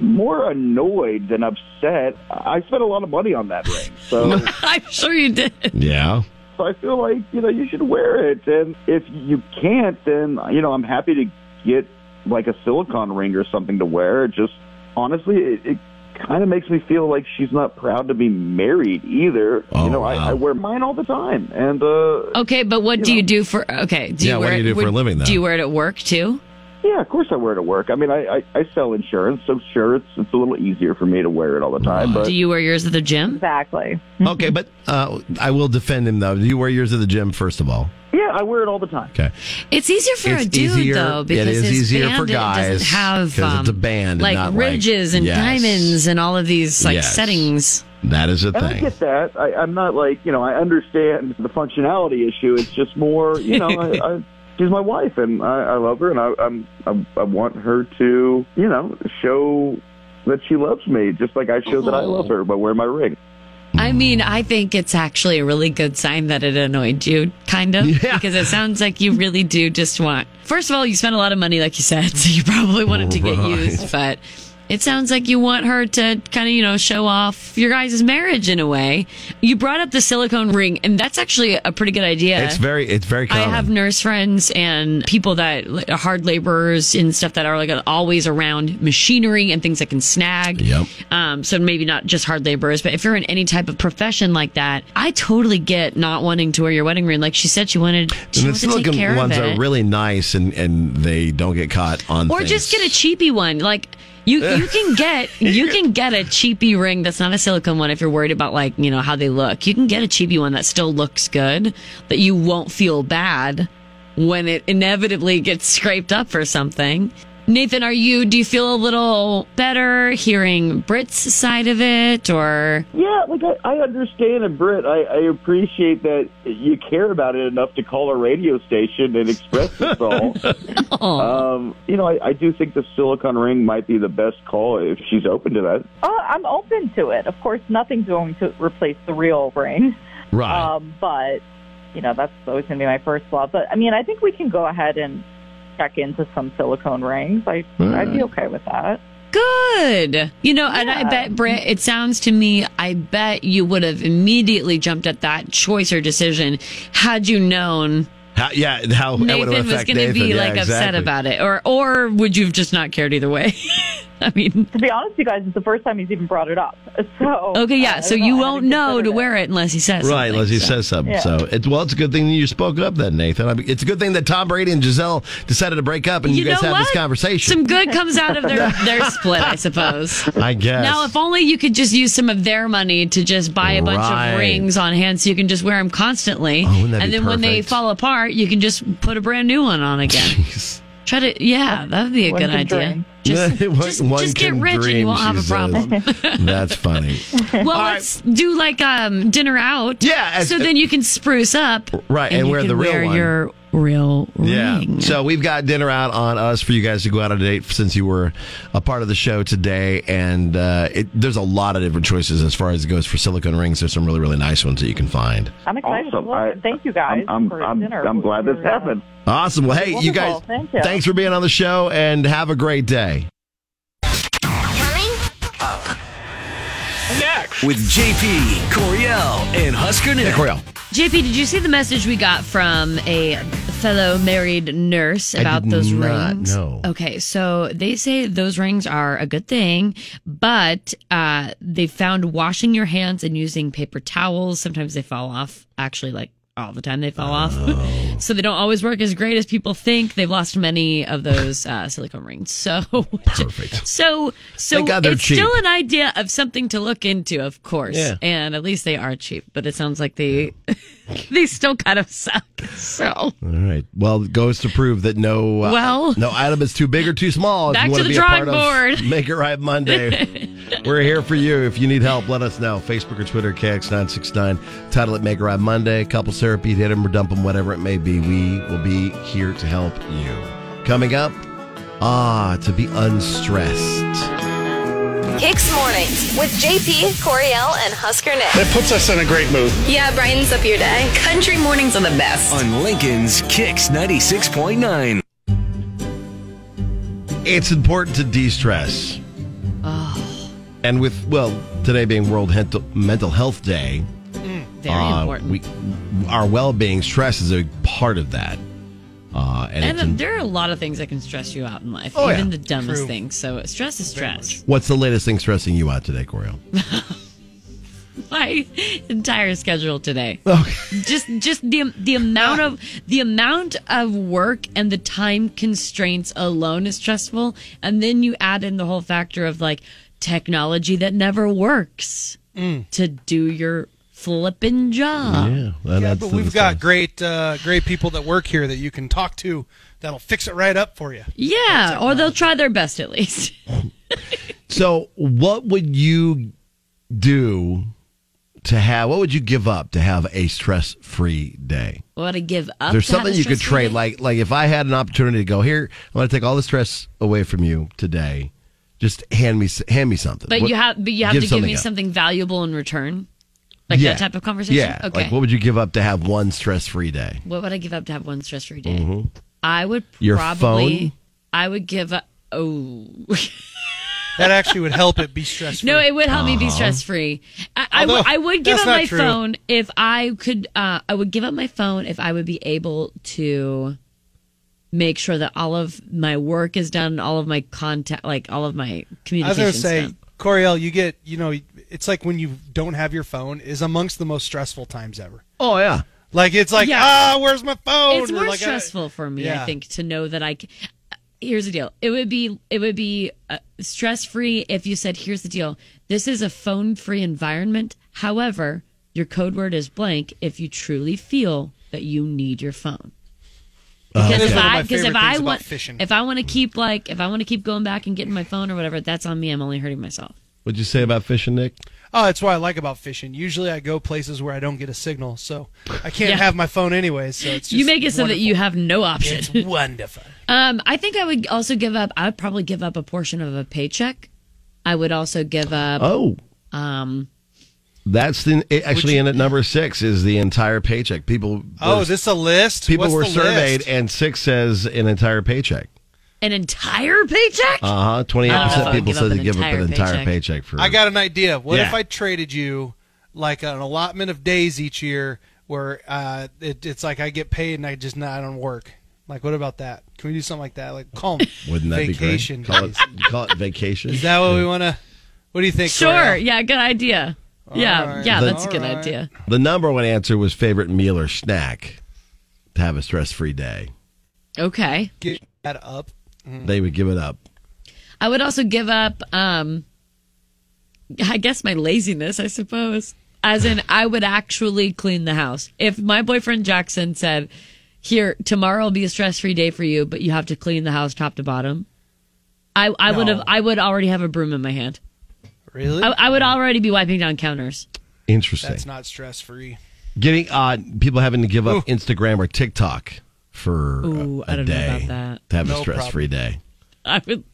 [SPEAKER 5] more annoyed than upset. I spent a lot of money on that ring, so
[SPEAKER 9] *laughs* I'm sure you did.
[SPEAKER 8] Yeah.
[SPEAKER 5] so I feel like you know you should wear it, and if you can't, then you know I'm happy to get like a silicone ring or something to wear. It just honestly, it, it kind of makes me feel like she's not proud to be married either. you know, I, I wear mine all the time, and uh,
[SPEAKER 9] Okay, but what do you do for? Okay, do
[SPEAKER 5] Yeah,
[SPEAKER 9] you
[SPEAKER 5] what
[SPEAKER 9] wear
[SPEAKER 5] do you
[SPEAKER 9] it-
[SPEAKER 5] do for a
[SPEAKER 9] would-
[SPEAKER 5] living, though?
[SPEAKER 9] Do you wear it at work too?
[SPEAKER 5] Yeah, of course I wear it at work. I mean, I, I, I sell insurance, so sure, it's it's a little easier for me to wear it all the time. But
[SPEAKER 9] Do you wear yours at the gym?
[SPEAKER 19] Exactly.
[SPEAKER 8] *laughs* Okay, but uh, I will defend him though. You wear yours at the gym first of all.
[SPEAKER 5] yeah, I wear it all the time.
[SPEAKER 8] Okay.
[SPEAKER 9] It's easier for
[SPEAKER 8] It's
[SPEAKER 9] a dude
[SPEAKER 8] easier-
[SPEAKER 9] though,
[SPEAKER 8] it
[SPEAKER 9] because
[SPEAKER 8] is
[SPEAKER 9] his
[SPEAKER 8] easier
[SPEAKER 9] band,
[SPEAKER 8] for
[SPEAKER 9] it doesn't
[SPEAKER 8] guys,
[SPEAKER 9] have
[SPEAKER 8] 'cause it's a
[SPEAKER 9] um,
[SPEAKER 8] band and
[SPEAKER 9] like
[SPEAKER 8] not like-
[SPEAKER 9] ridges and
[SPEAKER 8] Yes.
[SPEAKER 9] diamonds and all of these like
[SPEAKER 8] Yes.
[SPEAKER 9] settings.
[SPEAKER 8] That is a
[SPEAKER 5] and I
[SPEAKER 8] thing.
[SPEAKER 5] get
[SPEAKER 9] *laughs*
[SPEAKER 5] that. I, I'm not like you know. I understand the functionality issue. It's just more you know. I, I she's my wife, and I, I love her, and I, I'm, I'm I want her to you know show that she loves me, just like I show that I
[SPEAKER 9] Oh.
[SPEAKER 5] love her by wearing my ring.
[SPEAKER 9] I mean, I think it's actually a really good sign that it annoyed you, kind of, because it sounds like you really do just want. First of all, you spent a lot of money, like you said, *laughs* so you probably want it to get
[SPEAKER 2] Right.
[SPEAKER 9] used, but it sounds like you want her to kind of, you know, show off your guys' marriage in a way. You brought up the silicone ring, and that's actually a pretty good idea.
[SPEAKER 8] It's very, it's very
[SPEAKER 9] I
[SPEAKER 8] common.
[SPEAKER 9] have nurse friends and people that like, hard laborers and stuff that are like always around machinery and things that can snag.
[SPEAKER 8] Yep.
[SPEAKER 9] Um, so maybe not just hard laborers, but if you're in any type of profession like that, I totally get not wanting to wear your wedding ring. Like she said, she wanted she
[SPEAKER 8] and the
[SPEAKER 9] wants to take care
[SPEAKER 8] silicone ones
[SPEAKER 9] of
[SPEAKER 8] are
[SPEAKER 9] it,
[SPEAKER 8] really nice, and and they don't get caught on.
[SPEAKER 9] or
[SPEAKER 8] things.
[SPEAKER 9] just get a cheapy one. Like you, you can get you can get a cheapy ring that's not a silicone one if you're worried about like you know how they look. You can get a cheapy one that still looks good that you won't feel bad when it inevitably gets scraped up or something. Nathan, are you? Do you feel a little better hearing Brit's side of it, or
[SPEAKER 5] Yeah, like I, I understand it, Britt. I, I appreciate that you care about it enough to call a radio station and express this all. um, you know, I, I do think the silicon ring might be the best call if she's open to that.
[SPEAKER 19] Oh, I'm open to it. Of course, nothing's going to replace the real ring.
[SPEAKER 5] Right.
[SPEAKER 9] Uh,
[SPEAKER 19] Um, but, you know, that's always going to be my first love. But, I mean, I think we can go ahead and check into some silicone rings. I, I'd be okay with that.
[SPEAKER 9] Good. You know, and I bet, Britt, it sounds to me, I bet you would have immediately jumped at that choice or decision had you known
[SPEAKER 8] How, yeah, how that would
[SPEAKER 9] Nathan was
[SPEAKER 8] affect
[SPEAKER 9] going to
[SPEAKER 8] Nathan.
[SPEAKER 9] be
[SPEAKER 8] Yeah,
[SPEAKER 9] like upset
[SPEAKER 8] exactly.
[SPEAKER 9] about it. Or, or would you have just not cared either way? *laughs* I mean,
[SPEAKER 19] To be honest, you guys, it's the first time he's even brought it up. *laughs* So,
[SPEAKER 9] okay,
[SPEAKER 19] uh, I
[SPEAKER 9] yeah. So
[SPEAKER 19] don't
[SPEAKER 9] you
[SPEAKER 19] know. I
[SPEAKER 9] won't
[SPEAKER 19] hadn't
[SPEAKER 9] know
[SPEAKER 19] considered
[SPEAKER 9] to
[SPEAKER 19] it.
[SPEAKER 9] wear it unless he says
[SPEAKER 8] Right,
[SPEAKER 9] something,
[SPEAKER 8] unless he
[SPEAKER 9] so.
[SPEAKER 8] says something. So it's well, it's a good thing you spoke up then, Nathan. I mean, it's a good thing that Tom Brady and Giselle decided to break up, and you,
[SPEAKER 9] You
[SPEAKER 8] guys
[SPEAKER 9] know
[SPEAKER 8] have this
[SPEAKER 9] what?
[SPEAKER 8] conversation.
[SPEAKER 9] Some good comes out of their, their split, I
[SPEAKER 8] *laughs*
[SPEAKER 9] suppose.
[SPEAKER 8] I guess.
[SPEAKER 9] Now, if only you could just use some of their money to just buy a bunch
[SPEAKER 8] Right. Oh,
[SPEAKER 9] of rings on hand so you can just wear them constantly.
[SPEAKER 8] wouldn't that
[SPEAKER 9] and
[SPEAKER 8] be
[SPEAKER 9] then when they
[SPEAKER 8] perfect?
[SPEAKER 9] fall apart, you can just put a brand new one on again.
[SPEAKER 8] *laughs*
[SPEAKER 9] Try to, yeah, that would be a
[SPEAKER 8] One
[SPEAKER 9] good
[SPEAKER 8] can
[SPEAKER 9] idea.
[SPEAKER 8] dream.
[SPEAKER 9] *laughs* Just,
[SPEAKER 8] *laughs* One-
[SPEAKER 9] just,
[SPEAKER 8] one
[SPEAKER 9] just get
[SPEAKER 8] can
[SPEAKER 9] rich and
[SPEAKER 8] dream,
[SPEAKER 9] you won't have
[SPEAKER 8] she
[SPEAKER 9] a problem.
[SPEAKER 8] says.
[SPEAKER 9] *laughs*
[SPEAKER 8] That's funny.
[SPEAKER 9] well,
[SPEAKER 8] *laughs*
[SPEAKER 9] let's do like um, dinner out. Yeah. so then you can spruce up.
[SPEAKER 8] Right, and,
[SPEAKER 9] you
[SPEAKER 8] wear
[SPEAKER 9] can
[SPEAKER 8] the real
[SPEAKER 9] wear
[SPEAKER 8] one.
[SPEAKER 9] Your real
[SPEAKER 8] yeah. So we've got dinner out on us for you guys to go out on a date since you were a part of the show today, and uh, it, there's a lot of different choices as far as it goes for silicone rings. There's some really really nice ones that you can find.
[SPEAKER 19] I'm excited.
[SPEAKER 5] Awesome.
[SPEAKER 19] Well,
[SPEAKER 5] I-
[SPEAKER 19] thank you guys
[SPEAKER 5] I'm,
[SPEAKER 19] for
[SPEAKER 5] I'm,
[SPEAKER 19] dinner.
[SPEAKER 5] I'm glad this
[SPEAKER 19] We're, uh,
[SPEAKER 5] happened.
[SPEAKER 8] Awesome. Well, hey, you guys,
[SPEAKER 19] Wonderful. Thank you.
[SPEAKER 8] thanks for being on the show, and have a great day.
[SPEAKER 3] Next. With JP, Coriel, and Husker Nick. Coriel.
[SPEAKER 9] JP, did you see the message we got from a fellow married nurse
[SPEAKER 3] I
[SPEAKER 9] about
[SPEAKER 3] did
[SPEAKER 9] those
[SPEAKER 3] not
[SPEAKER 9] rings?
[SPEAKER 3] know.
[SPEAKER 9] Okay, so they say those rings are a good thing, but uh, they found washing your hands and using paper towels. Sometimes they fall off. Actually, like all the time they fall
[SPEAKER 8] Oh.
[SPEAKER 9] off. *laughs* so they don't always work as great as people think. They've lost many of those uh, silicone rings. So perfect. *laughs* So so
[SPEAKER 8] Thank God they're
[SPEAKER 9] it's still
[SPEAKER 8] cheap.
[SPEAKER 9] an idea of something to look into, of course.
[SPEAKER 8] Yeah.
[SPEAKER 9] And at least they are cheap, but it sounds like they *laughs* they still kind of suck. So
[SPEAKER 8] All right. Well, it goes to prove that no uh,
[SPEAKER 9] Well-
[SPEAKER 8] no item is too big or too small.
[SPEAKER 9] Back
[SPEAKER 8] if you want
[SPEAKER 9] to
[SPEAKER 8] be
[SPEAKER 9] the
[SPEAKER 8] a part
[SPEAKER 9] drawing
[SPEAKER 8] Of
[SPEAKER 9] board.
[SPEAKER 8] *laughs* Make it right Monday.
[SPEAKER 9] *laughs*
[SPEAKER 8] We're here for you. If you need help, let us know. Facebook or Twitter, KX969. Title it Make It Right Monday. Couple therapy, hit 'em or dump 'em, whatever it may be. We will be here to help you. Coming up, ah, to be unstressed.
[SPEAKER 2] Kicks Mornings with JP, Coriel, and Husker Nick.
[SPEAKER 3] puts us in a great mood.
[SPEAKER 2] Yeah, brightens up your day. Country mornings are the best.
[SPEAKER 3] On Lincoln's Kicks 96.9.
[SPEAKER 8] It's important to de stress. And with, well, today being World Hento- Mental Health Day,
[SPEAKER 9] very
[SPEAKER 8] uh,
[SPEAKER 9] important.
[SPEAKER 8] We, our well-being, stress is a part of that, uh, and,
[SPEAKER 9] and
[SPEAKER 8] it's in-
[SPEAKER 9] there are a lot of things that can stress you out in life,
[SPEAKER 8] Oh, yeah.
[SPEAKER 9] even the dumbest
[SPEAKER 8] True.
[SPEAKER 9] things. So stress is stress.
[SPEAKER 8] what's the latest thing stressing you out today, Coriel?
[SPEAKER 9] *laughs* My entire schedule today. Okay. Just just the the amount of the amount of work and the time constraints alone is stressful, and then you add in the whole factor of like technology that never works
[SPEAKER 8] Mm.
[SPEAKER 9] to do your flippin' job.
[SPEAKER 10] yeah, but we've got great, uh, great people that work here that you can talk to that'll fix it right up for you.
[SPEAKER 9] Yeah, or they'll try their best at *laughs* least.
[SPEAKER 8] So, what would you do to have? What would you give up to have a stress free day?
[SPEAKER 9] What to give up?
[SPEAKER 8] There's
[SPEAKER 9] to have
[SPEAKER 8] something
[SPEAKER 9] a
[SPEAKER 8] you could
[SPEAKER 9] stressful
[SPEAKER 8] trade.
[SPEAKER 9] day?
[SPEAKER 8] Like like if I had an opportunity to go here, I'm going to take all the stress away from you today. Just hand me s- hand me something.
[SPEAKER 9] But
[SPEAKER 8] What-
[SPEAKER 9] you have, but you have to give me
[SPEAKER 8] up.
[SPEAKER 9] something valuable in return, like
[SPEAKER 8] Yeah.
[SPEAKER 9] that type of conversation.
[SPEAKER 8] Yeah.
[SPEAKER 9] Okay.
[SPEAKER 8] Like what would you give up to have one stress free day?
[SPEAKER 9] What would I give up to have one stress free day?
[SPEAKER 8] Mm-hmm.
[SPEAKER 9] I would
[SPEAKER 8] Your
[SPEAKER 9] probably.
[SPEAKER 8] phone?
[SPEAKER 9] I would give up. Oh *laughs*
[SPEAKER 10] That actually would help it be stressful.
[SPEAKER 9] no, it would help me be
[SPEAKER 10] Uh-huh.
[SPEAKER 9] stress free. I, I would-
[SPEAKER 10] Although,
[SPEAKER 9] I would give
[SPEAKER 10] that's
[SPEAKER 9] up
[SPEAKER 10] not
[SPEAKER 9] my
[SPEAKER 10] true.
[SPEAKER 9] phone if I could. Uh, I would give up my phone if I would be able to make sure that all of my work is done, all of my contact, like all of my
[SPEAKER 10] I was
[SPEAKER 9] communication.
[SPEAKER 10] going to say,
[SPEAKER 9] stuff.
[SPEAKER 10] Coriel, you get, you know, it's like when you don't have your phone is amongst the most stressful times ever.
[SPEAKER 8] Oh yeah.
[SPEAKER 10] Like it's like
[SPEAKER 9] Yeah.
[SPEAKER 10] ah, where's my phone?
[SPEAKER 9] It's
[SPEAKER 10] Or
[SPEAKER 9] more
[SPEAKER 10] like, uh, I-
[SPEAKER 9] stressful for me,
[SPEAKER 10] Yeah.
[SPEAKER 9] I think, to know that I. c- Here's the deal. It would be it would be uh, stress free if you said, "Here's the deal. This is a phone free environment. However, your code word is blank. If you truly feel that you need your phone."
[SPEAKER 10] Uh-huh.
[SPEAKER 9] Because if I because if I want if I want to keep like if I want to keep going back and getting my phone or whatever, that's on me. I'm only hurting myself.
[SPEAKER 8] What'd you say about fishing, Nick?
[SPEAKER 10] Oh, that's what I like about fishing. Usually, I go places where I don't get a signal, so I can't
[SPEAKER 9] Yeah.
[SPEAKER 10] have my phone anyway. So it's just
[SPEAKER 9] you make it so that you have no option.
[SPEAKER 10] wonderful. It's wonderful.
[SPEAKER 9] *laughs* Um, I think I would also give up. I would probably give up a portion of a paycheck. I would also give up.
[SPEAKER 8] Oh.
[SPEAKER 9] Um.
[SPEAKER 8] That's the it actually in at number six is the entire paycheck. People.
[SPEAKER 10] Oh, is this a list?
[SPEAKER 8] People
[SPEAKER 10] What's
[SPEAKER 8] were
[SPEAKER 10] the
[SPEAKER 8] surveyed,
[SPEAKER 10] list?
[SPEAKER 8] and six says an entire paycheck.
[SPEAKER 9] An entire paycheck?
[SPEAKER 8] Uh huh. Twenty eight
[SPEAKER 9] I don't know
[SPEAKER 8] percent
[SPEAKER 9] if I would
[SPEAKER 8] people
[SPEAKER 9] Oh, give up
[SPEAKER 8] said
[SPEAKER 9] an
[SPEAKER 8] they give up an
[SPEAKER 9] entire
[SPEAKER 8] entire
[SPEAKER 9] paycheck.
[SPEAKER 8] paycheck, for.
[SPEAKER 10] I got an idea. What
[SPEAKER 8] Yeah.
[SPEAKER 10] if I traded you like an allotment of days each year, where uh, it, it's like I get paid and I just not I don't work. Like, what about that? Can we do something like that? Like, calm
[SPEAKER 8] *laughs* Wouldn't that
[SPEAKER 10] vacation.
[SPEAKER 8] be great? Call it, call it vacation.
[SPEAKER 10] Is that what we want to? What do you think?
[SPEAKER 9] Sure.
[SPEAKER 10] Coriel?
[SPEAKER 9] Yeah. Good idea. yeah.
[SPEAKER 10] right.
[SPEAKER 9] Yeah.
[SPEAKER 8] The-
[SPEAKER 9] That's a good
[SPEAKER 10] All right.
[SPEAKER 9] idea.
[SPEAKER 8] The number one answer was favorite meal or snack to have a stress free day.
[SPEAKER 9] Okay.
[SPEAKER 10] Get that up.
[SPEAKER 8] They would give it up.
[SPEAKER 9] I would also give up. Um. I guess my laziness. I suppose. As in, I would actually clean the house. If my boyfriend Jackson said, "Here, tomorrow will be a stress-free day for you, but you have to clean the house top to bottom," I, I would have.
[SPEAKER 10] No.
[SPEAKER 9] I would already have a broom in my hand.
[SPEAKER 10] Really?
[SPEAKER 9] I, I would already be wiping down counters.
[SPEAKER 8] Interesting.
[SPEAKER 10] That's not stress free.
[SPEAKER 8] Getting uh, people having to give up Instagram or TikTok for
[SPEAKER 9] Ooh,
[SPEAKER 8] a,
[SPEAKER 9] I don't
[SPEAKER 8] a
[SPEAKER 9] know
[SPEAKER 8] day
[SPEAKER 9] about that.
[SPEAKER 8] to have a
[SPEAKER 9] No
[SPEAKER 8] stress free day.
[SPEAKER 9] *laughs* I would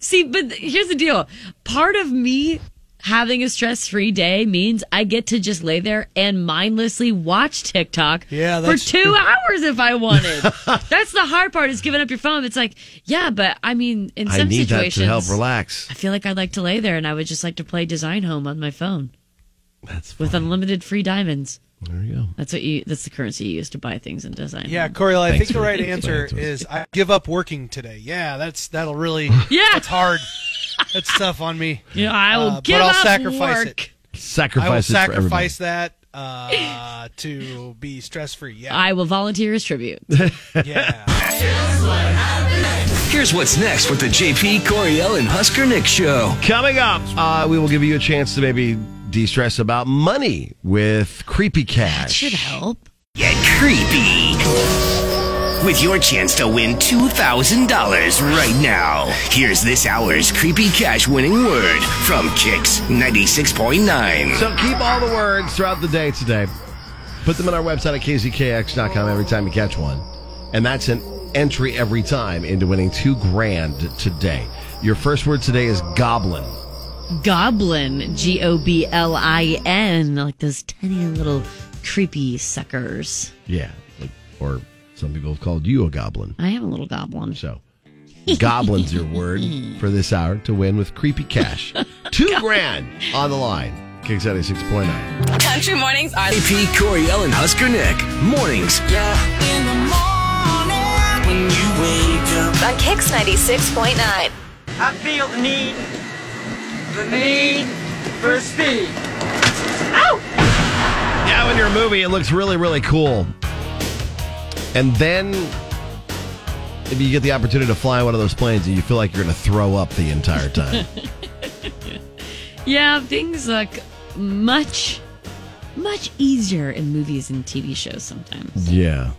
[SPEAKER 9] see, but here's the deal. Part of me having a stress free day means I get to just lay there and mindlessly watch TikTok
[SPEAKER 10] Yeah,
[SPEAKER 9] for
[SPEAKER 10] that's-
[SPEAKER 9] two hours if I
[SPEAKER 8] *laughs*
[SPEAKER 9] wanted. that's the hard part is giving up your phone. It's like, yeah, but I mean, in
[SPEAKER 8] I
[SPEAKER 9] some
[SPEAKER 8] need that
[SPEAKER 9] situations,
[SPEAKER 8] to help relax.
[SPEAKER 9] I feel like I'd like to lay there and I would just like to play Design Home on my phone.
[SPEAKER 8] That's
[SPEAKER 9] with unlimited free diamonds.
[SPEAKER 8] There you go.
[SPEAKER 9] That's what you. That's the currency you use to buy things in Design.
[SPEAKER 10] Yeah,
[SPEAKER 9] Home.
[SPEAKER 10] Coriel, I think the right answer is I give up working today. Yeah, that's that'll really.
[SPEAKER 9] Yeah,
[SPEAKER 10] that's hard. That's tough on me.
[SPEAKER 9] Yeah, I will
[SPEAKER 10] Uh,
[SPEAKER 9] give
[SPEAKER 10] but I'll
[SPEAKER 9] up
[SPEAKER 10] sacrifice
[SPEAKER 9] work.
[SPEAKER 10] it.
[SPEAKER 8] Sacrifice
[SPEAKER 10] I will
[SPEAKER 8] it for everybody.
[SPEAKER 10] sacrifice that uh, to be stress free. Yeah.
[SPEAKER 9] I will volunteer as tribute.
[SPEAKER 3] Here's what's next with the JP Coriel and Husker Nick show.
[SPEAKER 8] Coming up, uh, we will give you a chance to maybe de stress about money with Creepy Cash.
[SPEAKER 3] should
[SPEAKER 9] help.
[SPEAKER 3] Get creepy with your chance to win $2,000 right now. Here's this hour's creepy cash winning word from Kicks 96.9.
[SPEAKER 8] So keep all the words throughout the day today. Put them on our website at kzkx.com every time you catch one. And that's an entry every time into winning two grand today. Your first word today is goblin.
[SPEAKER 9] Goblin, G O B L I N, like those tiny little creepy suckers.
[SPEAKER 8] Yeah. like- or some people have called you a goblin.
[SPEAKER 9] I am a little goblin.
[SPEAKER 8] So goblin's your word for this hour to win with creepy cash. two grand on the line. Kicks out 6.9.
[SPEAKER 3] Country mornings are JP Coriel and Husker Nick. Mornings. Yeah.
[SPEAKER 14] In the morning when you wake up. On Kicks 96.9. I feel the need, the need for speed.
[SPEAKER 8] Yeah, when you're a movie, it looks really, really cool. And then maybe you get the opportunity to fly one of those planes and you feel like you're going to throw up the entire time.
[SPEAKER 9] Yeah, things look much, much easier in movies and TV shows sometimes.
[SPEAKER 8] yeah.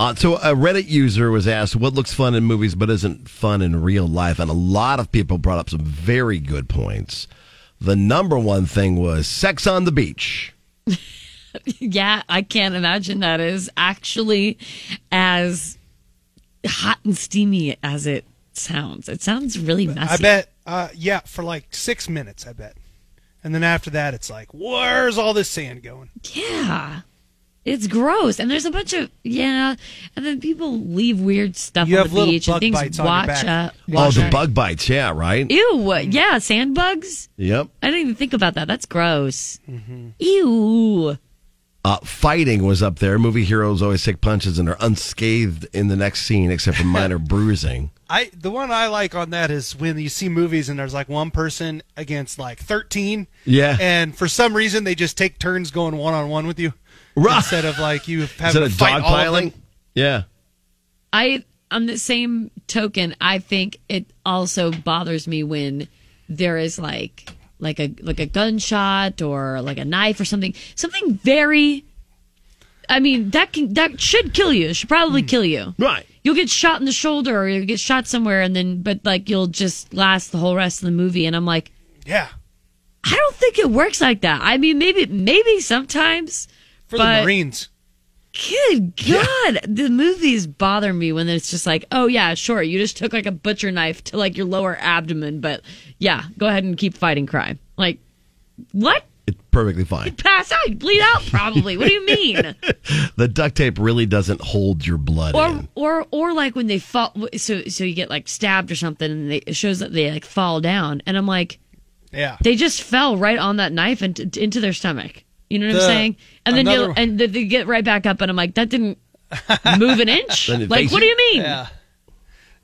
[SPEAKER 8] Uh, so a Reddit user was asked what looks fun in movies but isn't fun in real life. And a lot of people brought up some very good points. The number one thing was sex on the beach.
[SPEAKER 9] yeah, I can't imagine that is actually as hot and steamy as it sounds. It sounds really messy.
[SPEAKER 10] I bet. Uh, yeah, for like six minutes, I bet. And then after that, it's like, where's all this sand going?
[SPEAKER 9] Yeah. It's gross. And there's a bunch of, yeah. And then people leave weird stuff
[SPEAKER 8] You
[SPEAKER 9] on
[SPEAKER 8] have
[SPEAKER 9] the
[SPEAKER 8] little
[SPEAKER 9] beach
[SPEAKER 8] bug
[SPEAKER 9] and things.
[SPEAKER 8] bites on your
[SPEAKER 9] watch
[SPEAKER 8] back.
[SPEAKER 9] out.
[SPEAKER 8] Oh,
[SPEAKER 9] Watch
[SPEAKER 8] the
[SPEAKER 9] out.
[SPEAKER 8] bug bites. Yeah, right.
[SPEAKER 9] Ew. Yeah, sand bugs.
[SPEAKER 8] Yep.
[SPEAKER 9] I didn't even think about that. That's gross.
[SPEAKER 8] Mm-hmm.
[SPEAKER 9] Ew.
[SPEAKER 8] Uh, fighting was up there. Movie heroes always take punches and are unscathed in the next scene, except for *laughs* minor bruising.
[SPEAKER 10] I the one I like on that is when you see movies and there's like one person against like thirteen.
[SPEAKER 8] *laughs* Yeah.
[SPEAKER 10] And for some reason they just take turns going one on one with you. Instead of like you having
[SPEAKER 8] Instead
[SPEAKER 10] to
[SPEAKER 8] of
[SPEAKER 10] fight all of
[SPEAKER 8] dogpiling.
[SPEAKER 10] them.
[SPEAKER 8] Yeah.
[SPEAKER 9] I on the same token, I think it also bothers me when there is like like a like a gunshot or like a knife or something something very I mean that can that should kill you. It should probably
[SPEAKER 8] Hmm.
[SPEAKER 9] kill you.
[SPEAKER 8] Right.
[SPEAKER 9] You'll get shot in the shoulder or you'll get shot somewhere and then but like you'll just last the whole rest of the movie and I'm like
[SPEAKER 10] Yeah.
[SPEAKER 9] I don't think it works like that. I mean maybe maybe sometimes
[SPEAKER 10] For
[SPEAKER 9] but-
[SPEAKER 10] the Marines.
[SPEAKER 9] Good God. The movies bother me when it's just like, oh, yeah, sure. You just took like a butcher knife to like your lower abdomen, but yeah, go ahead and keep fighting crime. Like, what?
[SPEAKER 8] Perfectly fine.
[SPEAKER 9] Pass out, bleed out, probably. What do you mean?
[SPEAKER 8] The duct tape really doesn't hold your blood. in.
[SPEAKER 9] or, or, or like when they fall, so, so you get like stabbed or something and they, it shows that they like fall down. And I'm like,
[SPEAKER 10] Yeah.
[SPEAKER 9] they just fell right on that knife and into their stomach. You know what
[SPEAKER 10] The-
[SPEAKER 9] I'm saying? And then
[SPEAKER 10] another-
[SPEAKER 9] you'll, and then they get right back up and I'm like, that
[SPEAKER 10] *laughs*
[SPEAKER 9] didn't move an inch.
[SPEAKER 10] Then it
[SPEAKER 9] like,
[SPEAKER 10] faces
[SPEAKER 9] what do you mean?
[SPEAKER 10] Yeah.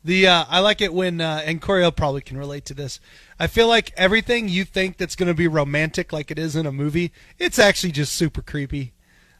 [SPEAKER 10] The uh, I like it when uh, and Coriel probably can relate to this. I feel like everything you think that's going to be romantic, like it is in a movie, it's actually just super creepy.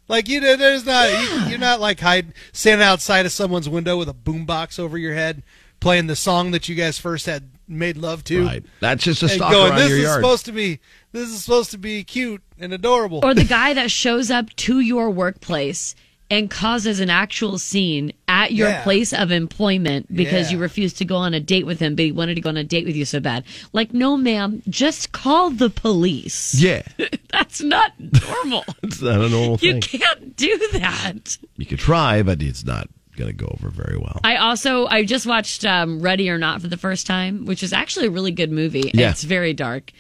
[SPEAKER 10] Like you know, there's not you, you're not like hiding, standing outside of someone's window with a boombox over your head, playing the song that you guys first had made love to.
[SPEAKER 8] Right. That's just a
[SPEAKER 10] and
[SPEAKER 8] stalker
[SPEAKER 10] going,
[SPEAKER 8] on
[SPEAKER 10] This
[SPEAKER 8] your
[SPEAKER 10] is
[SPEAKER 8] yard."
[SPEAKER 10] supposed to be this is supposed to be cute and adorable. *laughs*
[SPEAKER 9] Or the guy that shows up to your workplace and causes an actual scene at your
[SPEAKER 10] Yeah.
[SPEAKER 9] place of employment because
[SPEAKER 10] Yeah.
[SPEAKER 9] you refused to go on a date with him, but he wanted to go on a date with you so bad. Like, no, ma'am, just call the police.
[SPEAKER 8] *laughs* Yeah.
[SPEAKER 9] That's not
[SPEAKER 10] *laughs*
[SPEAKER 9] normal.
[SPEAKER 8] It's not a normal
[SPEAKER 9] you
[SPEAKER 8] thing.
[SPEAKER 9] can't do that.
[SPEAKER 8] You could try, but it's not going to go over very well.
[SPEAKER 9] I also I just watched um, Ready or Not for the first time, which is actually a really good movie.
[SPEAKER 8] Yeah.
[SPEAKER 9] It's very dark.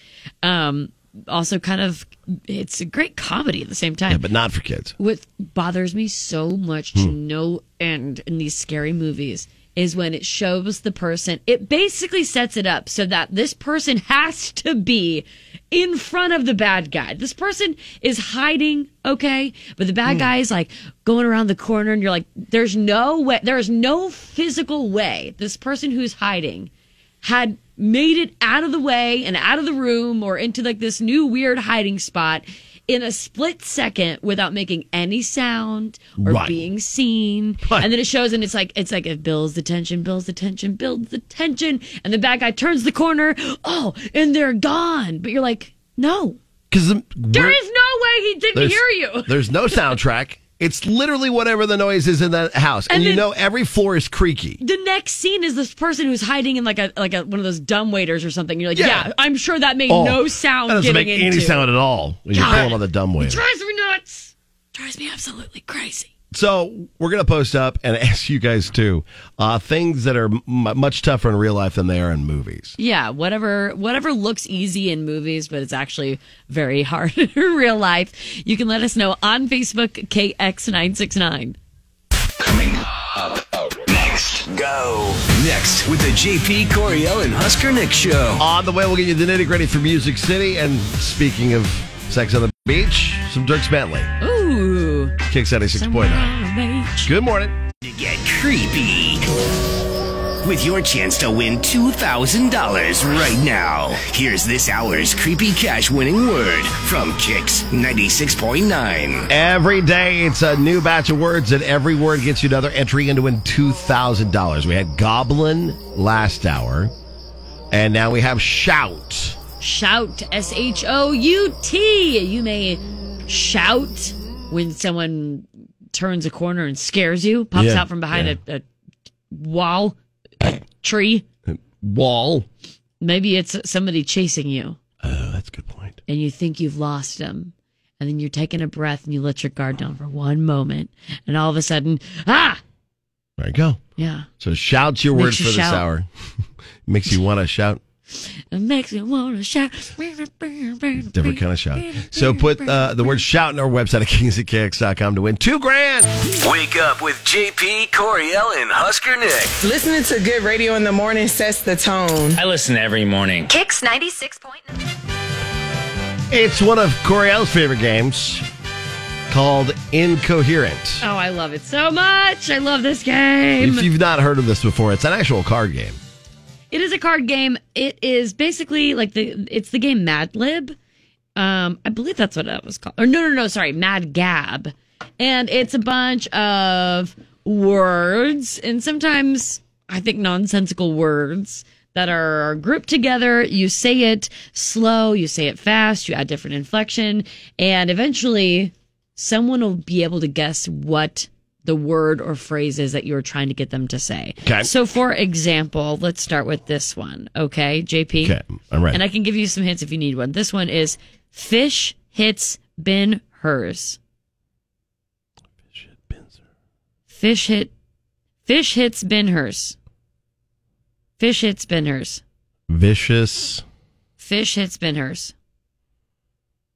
[SPEAKER 9] Um, also, kind of, it's a great comedy at the same time.
[SPEAKER 8] Yeah, but not for kids.
[SPEAKER 9] What bothers me so much to
[SPEAKER 8] Hmm.
[SPEAKER 9] no end in these scary movies is when it shows the person. It basically sets it up so that this person has to be in front of the bad guy. This person is hiding, okay, but the bad
[SPEAKER 2] Hmm.
[SPEAKER 9] guy is like going around the corner, and you're like, "There's no way. There is no physical way this person who's hiding." had made it out of the way and out of the room or into like this new weird hiding spot in a split second without making any sound or
[SPEAKER 2] Right.
[SPEAKER 9] being seen. And then it shows and it's like it's like it builds the tension, builds the tension, builds the tension, and the bad guy turns the corner, oh, and they're gone. But you're like, no.
[SPEAKER 8] Because
[SPEAKER 9] There is no way he didn't hear you.
[SPEAKER 8] *laughs* There's no soundtrack. It's literally whatever the noise is in that house. And,
[SPEAKER 9] And
[SPEAKER 8] you
[SPEAKER 9] then-
[SPEAKER 8] know every floor is creaky.
[SPEAKER 9] the next scene is this person who's hiding in like a like a, one of those dumb waiters or something. You're like,
[SPEAKER 8] Yeah.
[SPEAKER 9] yeah, I'm sure that made
[SPEAKER 8] Oh,
[SPEAKER 9] no sound.
[SPEAKER 8] That doesn't
[SPEAKER 9] getting
[SPEAKER 8] make any
[SPEAKER 9] into.
[SPEAKER 8] sound at all when you're
[SPEAKER 9] God.
[SPEAKER 8] pulling on the dumb
[SPEAKER 9] It
[SPEAKER 8] wave.
[SPEAKER 9] drives me nuts. Drives me absolutely crazy.
[SPEAKER 8] So we're gonna post up and *laughs* ask you guys too uh, things that are m- much tougher in real life than they are in movies.
[SPEAKER 9] Yeah, whatever whatever looks easy in movies, but it's actually very hard *laughs* in real life. You can let us know on Facebook KX969.
[SPEAKER 3] Next, go. Next with the JP Coriel and Husker Nick show.
[SPEAKER 8] On the way, we'll get you the nitty gritty for Music City. And speaking of sex on the beach, some Dirks Bentley.
[SPEAKER 9] Ooh.
[SPEAKER 8] Kicks out a 6.9. Good morning.
[SPEAKER 3] To get creepy. With your chance to win $2,000 right now. Here's this hour's creepy cash winning word from Kicks 96.9.
[SPEAKER 8] Every day, it's a new batch of words, and every word gets you another entry into win $2,000. We had Goblin last hour, and now we have Shout.
[SPEAKER 9] Shout S H O U T. You may shout when someone turns a corner and scares you, pops
[SPEAKER 8] Yeah,
[SPEAKER 9] out from behind a, a wall, a tree.
[SPEAKER 8] Wall. Uh,
[SPEAKER 9] Maybe it's somebody chasing you. Oh, that's a good point. And you think you've lost them. and then you're taking a breath and you let your guard down for one moment, and all of a sudden, ah,
[SPEAKER 8] There you go.
[SPEAKER 9] yeah,
[SPEAKER 8] So shout's your
[SPEAKER 9] Makes
[SPEAKER 8] word
[SPEAKER 9] you
[SPEAKER 8] for this
[SPEAKER 9] shout.
[SPEAKER 8] hour. *laughs* Makes you want to shout.
[SPEAKER 9] it makes me want to shout.
[SPEAKER 8] Different kind of shout. So put uh, the word shout in our website at kingsandkx.com to win two grand.
[SPEAKER 3] Wake up with JP, Coriel, and Husker Nick.
[SPEAKER 7] Listening to good radio in the morning sets the tone.
[SPEAKER 25] I listen every morning.
[SPEAKER 1] Kicks 96.
[SPEAKER 8] It's one of Coriel's favorite games called Incoherent.
[SPEAKER 9] Oh, I love it so much. I love this game.
[SPEAKER 8] If you've not heard of this before, it's an actual card game.
[SPEAKER 9] It is a card game. It is basically like the it's the game Mad Lib. Um, I believe that's what it was called. Or no, no, no, sorry, Mad Gab. And it's a bunch of words and sometimes I think nonsensical words that are grouped together. You say it slow, you say it fast, you add different inflection, and eventually someone will be able to guess what the word or phrase is that you're trying to get them to say.
[SPEAKER 8] Okay.
[SPEAKER 9] So, for example, let's start with this one. Okay, JP.
[SPEAKER 8] Okay, I'm ready.
[SPEAKER 9] And I can give you some hints if you need one. This one is fish hits bin hers. Fish hit. Fish hits bin hers. Fish hits bin hers.
[SPEAKER 8] Vicious,
[SPEAKER 9] Fish hits bin hers.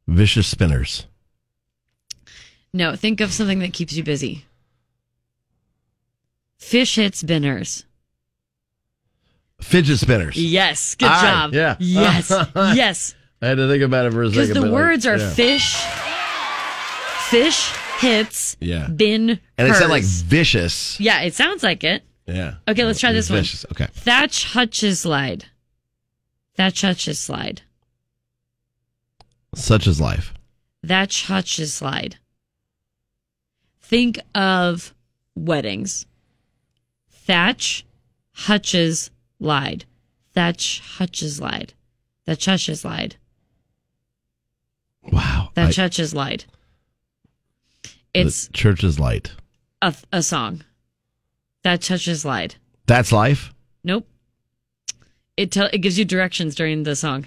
[SPEAKER 8] vicious spinners.
[SPEAKER 9] No, think of something that keeps you busy. Fish hits binners.
[SPEAKER 8] Fidget spinners.
[SPEAKER 9] Yes, good
[SPEAKER 8] All right,
[SPEAKER 9] job.
[SPEAKER 8] yeah. *laughs*
[SPEAKER 9] Yes, yes.
[SPEAKER 8] I had to think about it for a second.
[SPEAKER 9] Because the
[SPEAKER 8] but, like,
[SPEAKER 9] words are
[SPEAKER 8] yeah.
[SPEAKER 9] fish, fish hits,
[SPEAKER 8] Yeah.
[SPEAKER 9] bin,
[SPEAKER 8] And it
[SPEAKER 9] hers.
[SPEAKER 8] sounded like vicious.
[SPEAKER 9] yeah, it sounds like it.
[SPEAKER 8] Yeah.
[SPEAKER 9] Okay, let's try this one.
[SPEAKER 8] vicious. Okay.
[SPEAKER 9] Thatch Hutch's slide. Thatch Hutch's slide.
[SPEAKER 8] Such is life.
[SPEAKER 9] Thatch Hutch's slide. Think of weddings. Thatch Hutch's lied. Thatch Hutch's lied. Thatch Hutch's lied.
[SPEAKER 8] Wow.
[SPEAKER 9] That
[SPEAKER 8] I-
[SPEAKER 9] church is light.
[SPEAKER 8] the
[SPEAKER 9] It's
[SPEAKER 8] church is light.
[SPEAKER 9] a, a song. That church is light.
[SPEAKER 8] That's life.
[SPEAKER 9] Nope. It tell it gives you directions during the song.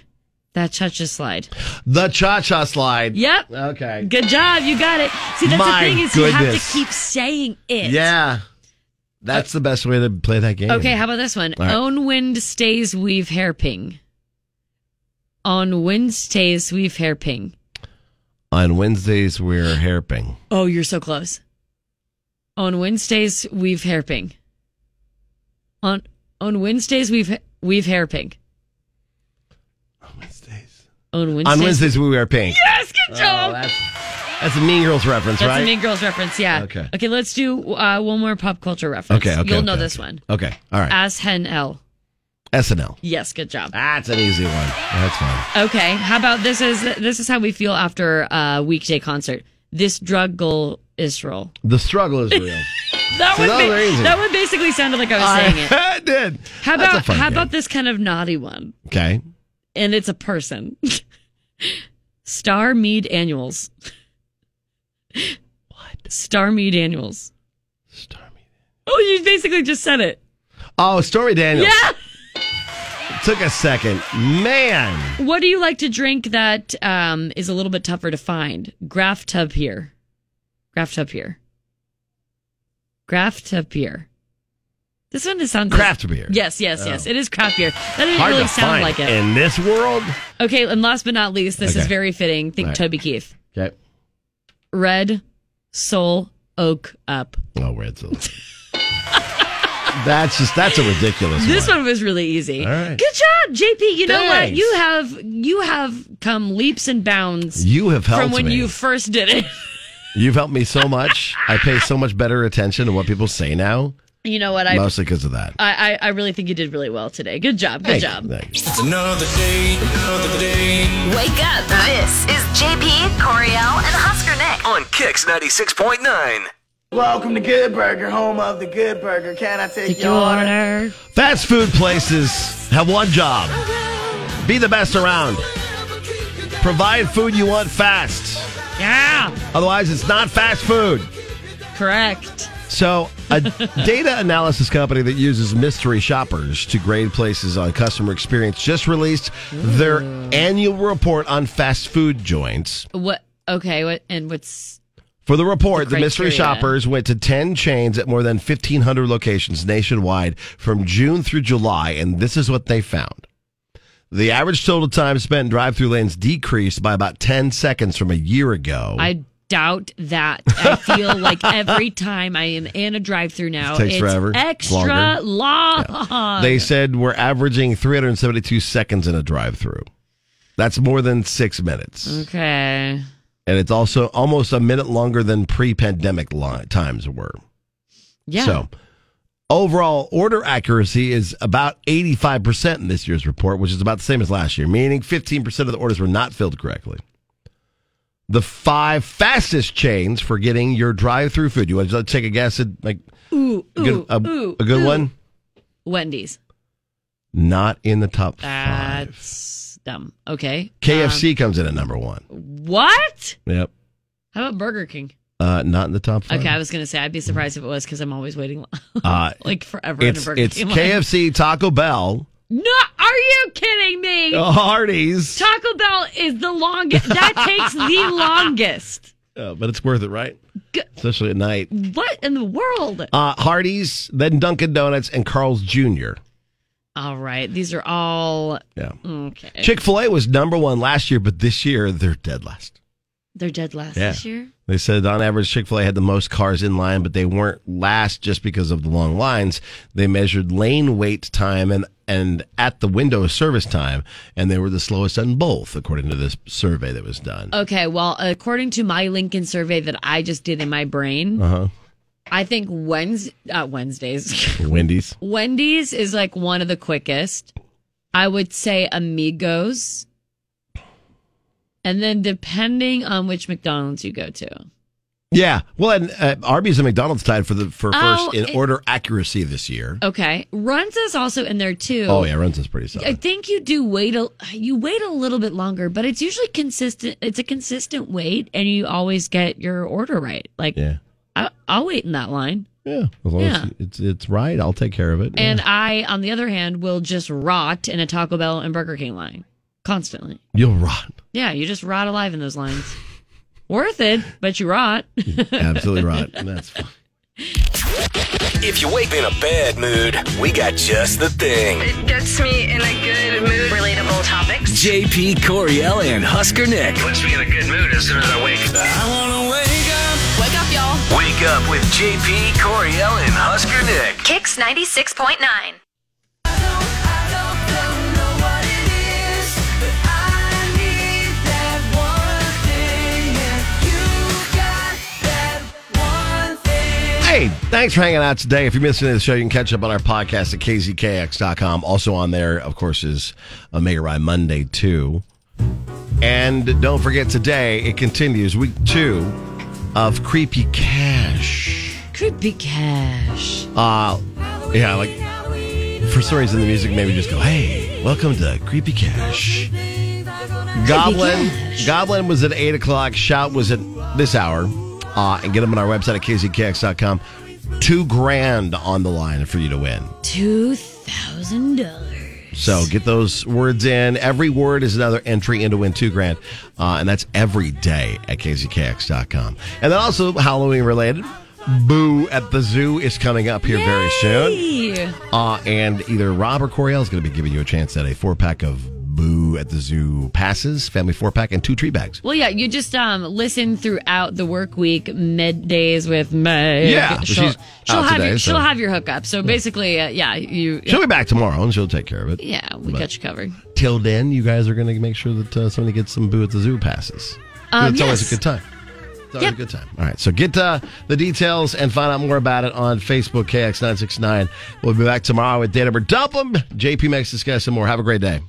[SPEAKER 9] That church is slide.
[SPEAKER 8] The cha cha slide.
[SPEAKER 9] Yep.
[SPEAKER 8] Okay.
[SPEAKER 9] Good job. You got it. See, that's
[SPEAKER 8] My
[SPEAKER 9] the thing is you have
[SPEAKER 8] goodness.
[SPEAKER 9] to keep saying it.
[SPEAKER 8] Yeah. That's the best way to play that game.
[SPEAKER 9] Okay. How about this one?
[SPEAKER 8] All right.
[SPEAKER 9] Own wind stays weave hairping. On wind stays weave hairping.
[SPEAKER 8] On Wednesdays, we're hairping.
[SPEAKER 9] Oh, you're so close. On Wednesdays we've hairping. On on Wednesdays we've we've hairping. On Wednesdays.
[SPEAKER 8] On Wednesdays, we wear pink.
[SPEAKER 9] Yes, good job. that's
[SPEAKER 8] Oh, That's a Mean Girls reference, right?
[SPEAKER 9] a Mean Girls reference. Yeah.
[SPEAKER 8] Okay.
[SPEAKER 9] Okay. Let's do uh, one more pop culture reference.
[SPEAKER 8] Okay, okay,
[SPEAKER 9] You'll know
[SPEAKER 8] okay,
[SPEAKER 9] this one.
[SPEAKER 8] okay. All right.
[SPEAKER 9] As hen l.
[SPEAKER 8] SNL.
[SPEAKER 9] Yes. Good job.
[SPEAKER 8] That's an easy one. That's fine.
[SPEAKER 9] Okay. How about this is this is how we feel after a weekday concert. This drug goal is roll.
[SPEAKER 8] The struggle
[SPEAKER 9] *laughs*
[SPEAKER 8] is real. *laughs*
[SPEAKER 9] That
[SPEAKER 8] So
[SPEAKER 9] would
[SPEAKER 8] that
[SPEAKER 9] be-
[SPEAKER 8] was easy.
[SPEAKER 9] that would basically sounded like I was saying
[SPEAKER 8] *laughs*
[SPEAKER 9] it.
[SPEAKER 8] I did.
[SPEAKER 9] How
[SPEAKER 8] Uh, That's a
[SPEAKER 9] about
[SPEAKER 8] fun
[SPEAKER 9] how
[SPEAKER 8] game.
[SPEAKER 9] about this kind of naughty one?
[SPEAKER 8] Okay.
[SPEAKER 9] And it's a person. *laughs* Star Mead Annuals. What? Star Mead Annuals. Star Mead. Oh, you basically just said it.
[SPEAKER 8] Oh, Stormy Daniels.
[SPEAKER 9] Yeah.
[SPEAKER 8] Took a second. Man.
[SPEAKER 9] What do you like to drink that um, is a little bit tougher to find? Graph tub here. Graph tub here. Graph tub here. This one is sounds
[SPEAKER 8] Craft beer.
[SPEAKER 9] Yes, yes,
[SPEAKER 8] Oh.
[SPEAKER 9] yes. It is craft beer. That didn't
[SPEAKER 8] Hard
[SPEAKER 9] really
[SPEAKER 8] to
[SPEAKER 9] sound
[SPEAKER 8] find
[SPEAKER 9] like it.
[SPEAKER 8] In this world?
[SPEAKER 9] Okay, and last but not least, this is
[SPEAKER 8] Okay.
[SPEAKER 9] very fitting. Think
[SPEAKER 8] All right.
[SPEAKER 9] Toby Keith.
[SPEAKER 8] Okay.
[SPEAKER 9] Red soul oak up.
[SPEAKER 8] Oh,
[SPEAKER 9] *laughs*
[SPEAKER 8] red zone. that's just, that's a ridiculous
[SPEAKER 9] This
[SPEAKER 8] one.
[SPEAKER 9] one was really easy.
[SPEAKER 8] All right.
[SPEAKER 9] Good job, JP. You know what?
[SPEAKER 8] Thanks.
[SPEAKER 9] You have you have come leaps and bounds.
[SPEAKER 8] You have helped
[SPEAKER 9] from when
[SPEAKER 8] me.
[SPEAKER 9] you first did it. *laughs*
[SPEAKER 8] You've helped me so much. I pay so much better attention to what people say now,
[SPEAKER 9] You know what?
[SPEAKER 8] Mostly 'cause
[SPEAKER 9] I
[SPEAKER 8] mostly because of that.
[SPEAKER 9] I, I I really think you did really well today. Good job. Good
[SPEAKER 8] Thank you.
[SPEAKER 9] job.
[SPEAKER 8] It's
[SPEAKER 3] another day, another day.
[SPEAKER 1] Wake up. This is JP, Coriel, and Husker Nick.
[SPEAKER 3] On Kicks 96.9.
[SPEAKER 26] Welcome to Good Burger, home of the Good Burger. Can I take, your order?
[SPEAKER 8] Fast food places have one job be the best around. Provide food you want fast.
[SPEAKER 9] Yeah.
[SPEAKER 8] Otherwise, it's not fast food.
[SPEAKER 9] Correct.
[SPEAKER 8] So, a data analysis company that uses mystery shoppers to grade places on customer experience just released their annual report on fast food joints.
[SPEAKER 9] What Okay, what, and what's
[SPEAKER 8] For the report,
[SPEAKER 9] The
[SPEAKER 8] the, mystery
[SPEAKER 9] criteria.
[SPEAKER 8] shoppers went to 10 chains at more than 1,500 locations nationwide from June through July, and this is what they found. The average total time spent in drive through lanes decreased by about 10 seconds from a year ago.
[SPEAKER 9] I doubt that. I feel
[SPEAKER 8] *laughs*
[SPEAKER 9] like every time I am in a drive-through now,
[SPEAKER 8] It takes
[SPEAKER 9] it's
[SPEAKER 8] forever.
[SPEAKER 9] extra
[SPEAKER 8] Longer.
[SPEAKER 9] long.
[SPEAKER 8] they said we're averaging 372 seconds in a drive through. That's more than six minutes.
[SPEAKER 9] okay.
[SPEAKER 8] And it's also almost a minute longer than pre pandemic li- times were.
[SPEAKER 9] Yeah.
[SPEAKER 8] So overall order accuracy is about 85% in this year's report, which is about the same as last year, meaning 15% of the orders were not filled correctly. The five fastest chains for getting your drive through food. You want to take a guess at like
[SPEAKER 9] Ooh,
[SPEAKER 8] a good,
[SPEAKER 9] ooh,
[SPEAKER 8] a,
[SPEAKER 9] ooh,
[SPEAKER 8] a good
[SPEAKER 9] ooh.
[SPEAKER 8] one?
[SPEAKER 9] Wendy's.
[SPEAKER 8] Not in the top five.
[SPEAKER 9] That's dumb. Okay.
[SPEAKER 8] KFC comes in at number one.
[SPEAKER 9] Um, what?
[SPEAKER 8] Yep.
[SPEAKER 9] How about Burger King?
[SPEAKER 8] Uh, not in the top five.
[SPEAKER 9] Okay, I was gonna say I'd be surprised if it was because I'm always waiting *laughs*
[SPEAKER 8] Uh,
[SPEAKER 9] like forever in a
[SPEAKER 8] it's
[SPEAKER 9] Burger *laughs*
[SPEAKER 8] it's
[SPEAKER 9] King. line.
[SPEAKER 8] KFC, Taco
[SPEAKER 9] *laughs*
[SPEAKER 8] Bell,
[SPEAKER 9] No, are you kidding me?
[SPEAKER 8] Oh. Hardee's.
[SPEAKER 9] Taco Bell is the longest. That takes
[SPEAKER 8] *laughs*
[SPEAKER 9] the longest.
[SPEAKER 8] Uh, but it's worth it, right? Especially at night.
[SPEAKER 9] What in the world?
[SPEAKER 8] Uh, Hardee's, then Dunkin' Donuts, and Carl's Jr.
[SPEAKER 9] All right, these are all
[SPEAKER 8] Yeah.
[SPEAKER 9] okay.
[SPEAKER 8] Chick fil A was number one last year, but this year they're dead last.
[SPEAKER 9] They're dead last
[SPEAKER 8] Yeah.
[SPEAKER 9] this year.
[SPEAKER 8] They said on average, Chick fil A had the most cars in line, but they weren't last just because of the long lines. They measured lane wait time and, and at the window service time, and they were the slowest on both, according to this survey that was done.
[SPEAKER 9] Okay, well, according to my Lincoln survey that I just did in my brain,
[SPEAKER 8] Uh
[SPEAKER 9] I think Wednes uh, Wednesdays. *laughs*
[SPEAKER 8] huh. Wendy's.
[SPEAKER 9] Wendy's is like one of the quickest. I would say Amigos. And then depending on which McDonald's you go to.
[SPEAKER 8] Yeah. Well, and uh, Arby's and McDonald's tied for the for
[SPEAKER 9] Oh,
[SPEAKER 8] first in
[SPEAKER 9] it- Oh.
[SPEAKER 8] order accuracy this year.
[SPEAKER 9] Okay. Runs is also in there too.
[SPEAKER 8] Oh yeah, runs is pretty
[SPEAKER 9] I
[SPEAKER 8] solid.
[SPEAKER 9] think you do wait a you wait a little bit longer, but it's usually consistent. It's a consistent wait, and you always get your order right. Like
[SPEAKER 8] Yeah.
[SPEAKER 9] I, I'll wait in that line.
[SPEAKER 8] Yeah. As long
[SPEAKER 9] yeah.
[SPEAKER 8] as it's it's right, I'll take care of it.
[SPEAKER 9] And
[SPEAKER 8] Yeah.
[SPEAKER 9] I, on the other hand, will just rot in a Taco Bell and Burger King line constantly.
[SPEAKER 8] You'll rot.
[SPEAKER 9] Yeah, you just rot alive in those lines. Worth it, but you rot. *laughs*
[SPEAKER 8] Absolutely rot. That's fine.
[SPEAKER 6] If you wake up in a bad mood, we got just the thing.
[SPEAKER 1] It gets me in a good mood. Relatable topics.
[SPEAKER 6] JP Coriel and Husker Nick. Puts me in a good mood as soon as I wake up. I wanna wake up.
[SPEAKER 1] Wake up, y'all.
[SPEAKER 6] Wake up with JP Coriel and Husker Nick.
[SPEAKER 1] Kicks 96.9.
[SPEAKER 8] Hey, thanks for hanging out today. If you missed any of the show, you can catch up on our podcast at kzkx.com. Also on there, of course, is a Mega Rye Monday, too. And don't forget today, it continues week two of Creepy Cash.
[SPEAKER 9] Creepy Cash.
[SPEAKER 8] Uh, yeah, like for some reason, the music made me just go, hey, welcome to Creepy Cash. Goblin Goblin was at 8 o'clock. Shout was at this hour. Uh, and get them on our website at kzkx.com. Two grand on the line for you to win.
[SPEAKER 9] Two thousand dollars.
[SPEAKER 8] So get those words in. Every word is another entry into win two grand. Uh, and that's every day at kzkx.com. And then also Halloween related. Boo at the Zoo is coming up here very soon. Uh, and either Rob or Coriel is going to be giving you a chance at a four pack of Boo at the Zoo passes, family four pack, and two tree bags.
[SPEAKER 9] Well, yeah, you just um listen throughout the work week, middays with Meg.
[SPEAKER 8] Yeah,
[SPEAKER 9] she'll,
[SPEAKER 8] she's
[SPEAKER 9] she'll
[SPEAKER 8] out
[SPEAKER 9] have
[SPEAKER 8] today,
[SPEAKER 9] your,
[SPEAKER 8] so-
[SPEAKER 9] she'll have your hookup. So basically, uh, yeah, you
[SPEAKER 8] She'll be back tomorrow and she'll take care of it.
[SPEAKER 9] yeah, we
[SPEAKER 8] But
[SPEAKER 9] got you covered.
[SPEAKER 8] Till then, you guys are going to make sure that uh, somebody gets some Boo at the Zoo passes. 'Cause
[SPEAKER 9] Um,
[SPEAKER 8] it's always
[SPEAKER 9] yes.
[SPEAKER 8] a good time. It's always
[SPEAKER 9] Yep.
[SPEAKER 8] a good time. All right, so get uh, the details and find out more about it on Facebook, KX969. We'll be back tomorrow with Data Dump 'em. JP Max discuss some more. Have a great day.